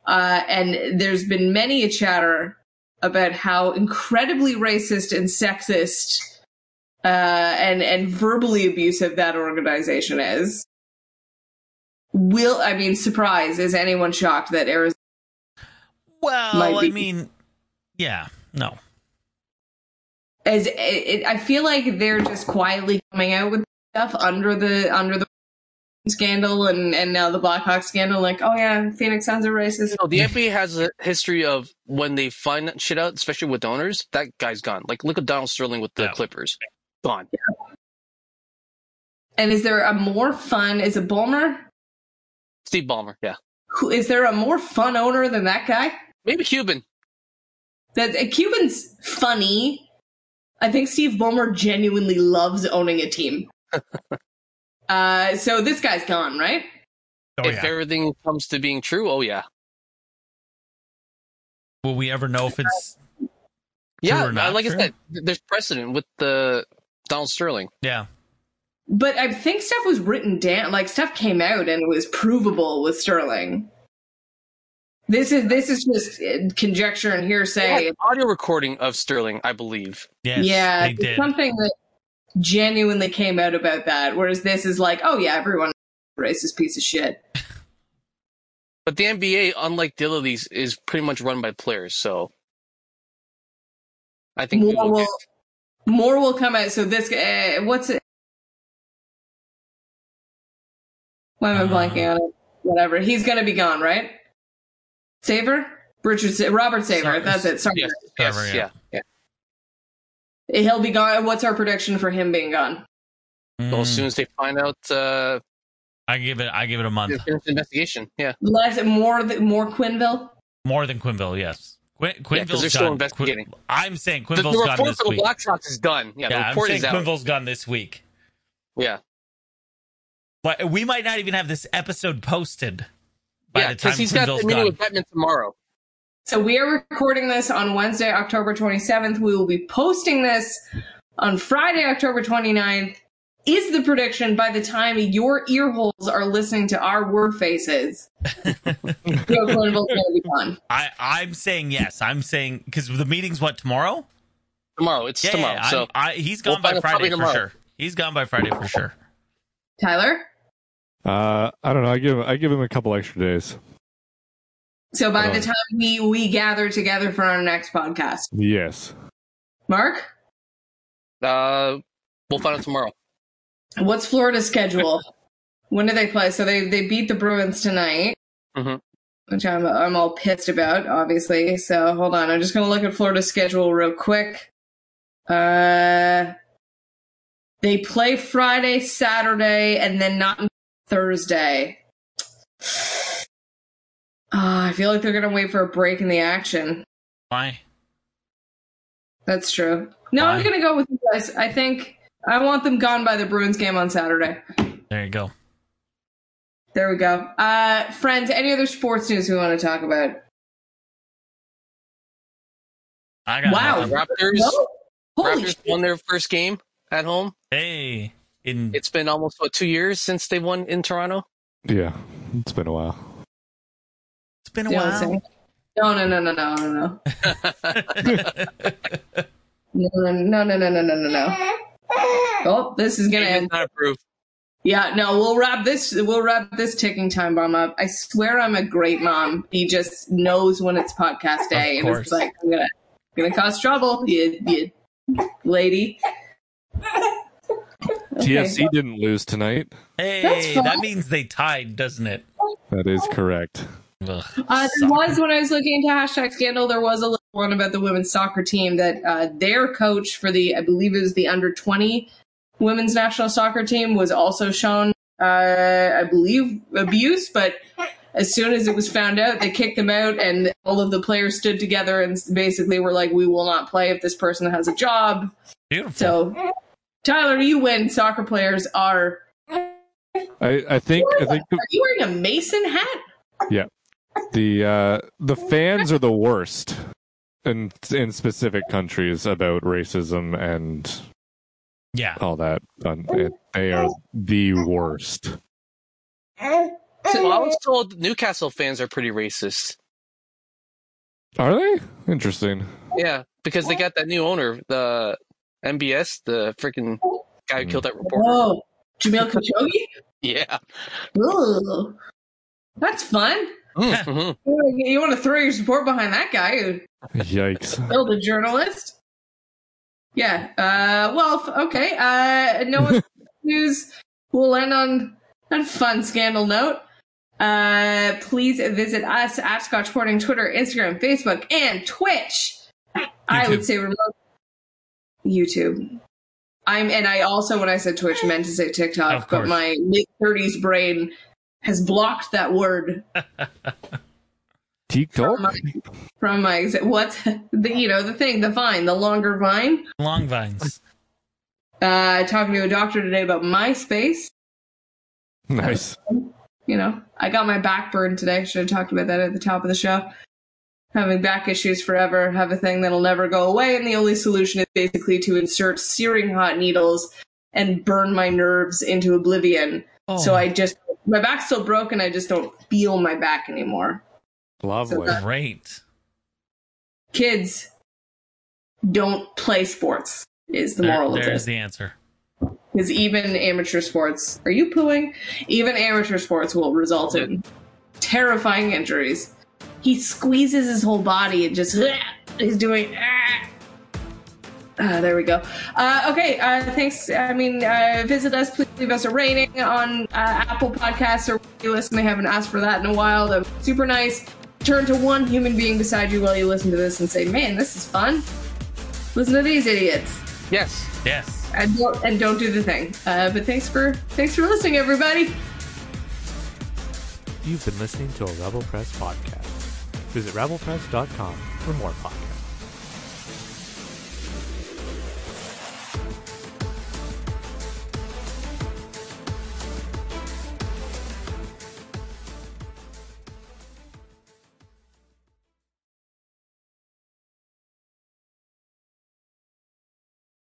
Speaker 2: Uh, and there's been many a chatter about how incredibly racist and sexist uh, and and verbally abusive that organization is. Will I mean surprise? Is anyone shocked that Arizona?
Speaker 4: Well,
Speaker 2: Might
Speaker 4: I
Speaker 2: be.
Speaker 4: mean, yeah. No.
Speaker 2: as it, it, I feel like they're just quietly coming out with stuff under the under the scandal and and now the Blackhawks scandal. Like, oh yeah, Phoenix Suns are racist.
Speaker 5: No, the NBA has a history of when they find that shit out, especially with owners, that guy's gone. Like, look at Donald Sterling with the
Speaker 4: Yeah.
Speaker 5: Clippers. Gone.
Speaker 2: And is there a more fun? Is a Ballmer?
Speaker 5: Steve Ballmer. Yeah.
Speaker 2: Who is there a more fun owner than that guy?
Speaker 5: Maybe Cuban.
Speaker 2: That uh, Cuban's funny. I think Steve Ballmer genuinely loves owning a team. uh, so this guy's gone, right?
Speaker 4: Oh,
Speaker 5: if
Speaker 4: yeah.
Speaker 5: everything comes to being true, oh, yeah.
Speaker 4: Will we ever know if it's.
Speaker 5: Yeah. uh,
Speaker 4: or not
Speaker 5: like
Speaker 4: true?
Speaker 5: I said, th- there's precedent with the Donald Sterling.
Speaker 4: Yeah.
Speaker 2: But I think stuff was written down, like stuff came out and was provable with Sterling. This is this is just uh, conjecture and
Speaker 5: They
Speaker 2: hearsay.
Speaker 5: had audio recording of Sterling, I believe.
Speaker 4: Yes,
Speaker 2: yeah,
Speaker 4: They did.
Speaker 2: something that genuinely came out about that. Whereas this is like, oh yeah, everyone racist piece of shit.
Speaker 5: But the NBA, unlike the other leagues, is pretty much run by players. So I think we
Speaker 2: More
Speaker 5: will
Speaker 2: will
Speaker 5: get-
Speaker 2: more will come out. So this uh, what's it? Why am I
Speaker 4: Uh.
Speaker 2: blanking on it? Whatever. He's gonna be gone, right? Saver. Richard, Sa- Robert Saver,
Speaker 4: Sarver.
Speaker 2: that's it. Sorry.
Speaker 5: Yes,
Speaker 4: Trevor,
Speaker 5: yes,
Speaker 4: yeah.
Speaker 5: yeah. yeah.
Speaker 2: He'll be gone. What's our prediction for him being gone?
Speaker 5: Well, as
Speaker 4: Mm.
Speaker 5: soon as they find out uh,
Speaker 4: I give it. I give it a month.
Speaker 5: the investigation, yeah.
Speaker 2: Less, more, th- more Quinville.
Speaker 4: More than Quinville. Yes. Quin- Quinville's
Speaker 5: 'cause they're still
Speaker 4: done.
Speaker 5: investigating.
Speaker 4: Quin- I'm saying
Speaker 5: The, the
Speaker 4: Quinville's gone
Speaker 5: report
Speaker 4: this
Speaker 5: for the
Speaker 4: week.
Speaker 5: Black Sox is done. Yeah, the
Speaker 4: yeah, I'm
Speaker 5: report
Speaker 4: saying
Speaker 5: is out.
Speaker 4: Quinville's gone this week.
Speaker 5: Yeah,
Speaker 4: But we might not even have this episode posted by
Speaker 5: yeah,
Speaker 4: the time
Speaker 5: because he's got the
Speaker 4: Quinville's
Speaker 5: meeting
Speaker 4: gone.
Speaker 5: with Batman tomorrow.
Speaker 2: So we are recording this on Wednesday, October 27th. We will be posting this on Friday, October 29th. is the prediction by the time your ear holes are listening to our word faces. the Oakland Bulls are gonna be gone.
Speaker 4: I I'm saying yes. I'm saying because the meeting's what tomorrow.
Speaker 5: Tomorrow, it's
Speaker 4: Yeah,
Speaker 5: tomorrow.
Speaker 4: yeah,
Speaker 5: so
Speaker 4: I'm- I, he's
Speaker 5: we'll
Speaker 4: gone
Speaker 5: find
Speaker 4: by
Speaker 5: out probably
Speaker 4: Friday for
Speaker 5: tomorrow.
Speaker 4: sure. He's gone by Friday for sure.
Speaker 2: Tyler?
Speaker 6: Uh, I don't know. I give I give him a couple extra days.
Speaker 2: So by the
Speaker 6: Right.
Speaker 2: time we we gather together for our next podcast,
Speaker 6: Yes.
Speaker 2: Mark,
Speaker 5: uh, we'll find out tomorrow.
Speaker 2: what's Florida's schedule? when do they play? So they they beat the Bruins tonight,
Speaker 5: Mhm.
Speaker 2: which I'm I'm all pissed about, obviously. So hold on, I'm just gonna look at Florida's schedule real quick. Uh, they play Friday, Saturday, and then not until Thursday. Ah, I feel like they're gonna wait for a break in the action.
Speaker 4: Why?
Speaker 2: That's true. No, I'm
Speaker 4: Fine.
Speaker 2: gonna go with you guys. I think I want them gone by the Bruins game on Saturday.
Speaker 4: There you go.
Speaker 2: There we go. Uh friends, any other sports news we want to talk about?
Speaker 4: I got
Speaker 2: Wow.
Speaker 4: nothing.
Speaker 5: Raptors,
Speaker 2: No? Holy
Speaker 5: Raptors
Speaker 2: shit.
Speaker 5: won their first game at home.
Speaker 4: Hey, in
Speaker 5: It's been almost what two years since they won in Toronto.
Speaker 6: Yeah. It's been a while.
Speaker 4: it's been a
Speaker 2: You know what I'm
Speaker 4: while.
Speaker 2: saying? No, no, no, no, no, no,
Speaker 4: [laughs]
Speaker 2: no. No, no, no, no, no, no, no, no, no. Oh, this is gonna
Speaker 5: Game
Speaker 2: end.
Speaker 5: is not approved.
Speaker 2: Yeah, no, we'll wrap this. We'll wrap this ticking time bomb up. I swear, I'm a great mom. He just knows when it's podcast day,
Speaker 4: Of
Speaker 2: and
Speaker 4: course.
Speaker 2: it's like I'm gonna, gonna cause trouble, you, you lady.
Speaker 6: TFC didn't lose tonight.
Speaker 2: That's
Speaker 4: Hey,
Speaker 2: fine.
Speaker 4: that means they tied, doesn't it?
Speaker 6: That is correct.
Speaker 4: Ugh,
Speaker 2: Uh, there
Speaker 4: suck.
Speaker 2: was when I was looking into hashtag scandal, there was a little one about the women's soccer team that uh, their coach for the, I believe it was the under twenty women's national soccer team, was also shown, uh, I believe, abuse. But as soon as it was found out, they kicked them out, and all of the players stood together and basically were like, "We will not play if this person has a job."
Speaker 4: Beautiful.
Speaker 2: So, Tyler, you win. Soccer players are.
Speaker 6: I, I think I think
Speaker 2: Are you wearing a mason hat?
Speaker 6: the uh, the fans are the worst in in specific countries about racism and
Speaker 4: yeah.
Speaker 6: all that. Um, it- They are the worst.
Speaker 5: Well, I was told Newcastle fans are pretty racist.
Speaker 6: Are they interesting?
Speaker 5: Yeah, because they got that new owner, the MBS, the freaking guy who
Speaker 6: Mm.
Speaker 5: killed that reporter.
Speaker 2: Whoa, Oh, Jamil Khashoggi.
Speaker 5: Yeah.
Speaker 2: Ooh, that's fun.
Speaker 5: Mhm.
Speaker 2: You wanna- You want to throw your support behind that guy who
Speaker 6: Yikes!
Speaker 2: killed a journalist? Yeah. Uh, well, f- okay. Uh, no
Speaker 4: [laughs]
Speaker 2: one news. We'll end on on a fun scandal note. Uh, please visit us at Scotch Porting Twitter, Instagram, Facebook, and Twitch. I
Speaker 4: YouTube.
Speaker 2: would say remote YouTube. I'm, and I also, when I said Twitch, meant to say
Speaker 4: Of
Speaker 2: TikTok, but
Speaker 4: course.
Speaker 2: my mid 30s brain has blocked that word
Speaker 6: TikTok.
Speaker 2: my- from my exa- what's [laughs] the you know the thing the vine the longer vine.
Speaker 4: Long vines.
Speaker 2: Uh, talking to a doctor today about MySpace.
Speaker 6: Nice.
Speaker 2: You know, I got my back burned today. Should have talked about that at the top of the show. Having back issues forever, have a thing that'll never go away, and the only solution is basically to insert searing hot needles and burn my nerves into oblivion.
Speaker 4: Oh,
Speaker 2: So I just my back's still broken. I just don't feel my back anymore.
Speaker 6: Lovely.
Speaker 4: great.
Speaker 2: Kids, don't play sports. Is the
Speaker 4: There-
Speaker 2: moral of this?
Speaker 4: there's the answer.
Speaker 2: Because even amateur sports, are you pooing? Even amateur sports will result in terrifying injuries. He squeezes his whole body and just [laughs] he's doing. Ah. Ah, there we go. Uh, okay, uh, thanks. I mean, uh, visit us. Please leave us a rating on uh, Apple Podcasts or where you listen. They haven't asked for that in a while. That was super nice. Turn to one human being beside you while you listen to this and say, "Man, this is fun." Listen to these idiots
Speaker 5: Yes.
Speaker 4: Yes.
Speaker 2: and don't, and don't do the thing. Uh, but thanks for thanks for listening, everybody.
Speaker 7: You've been listening to a Rebel Press podcast. Visit rebelpress.com for more podcasts.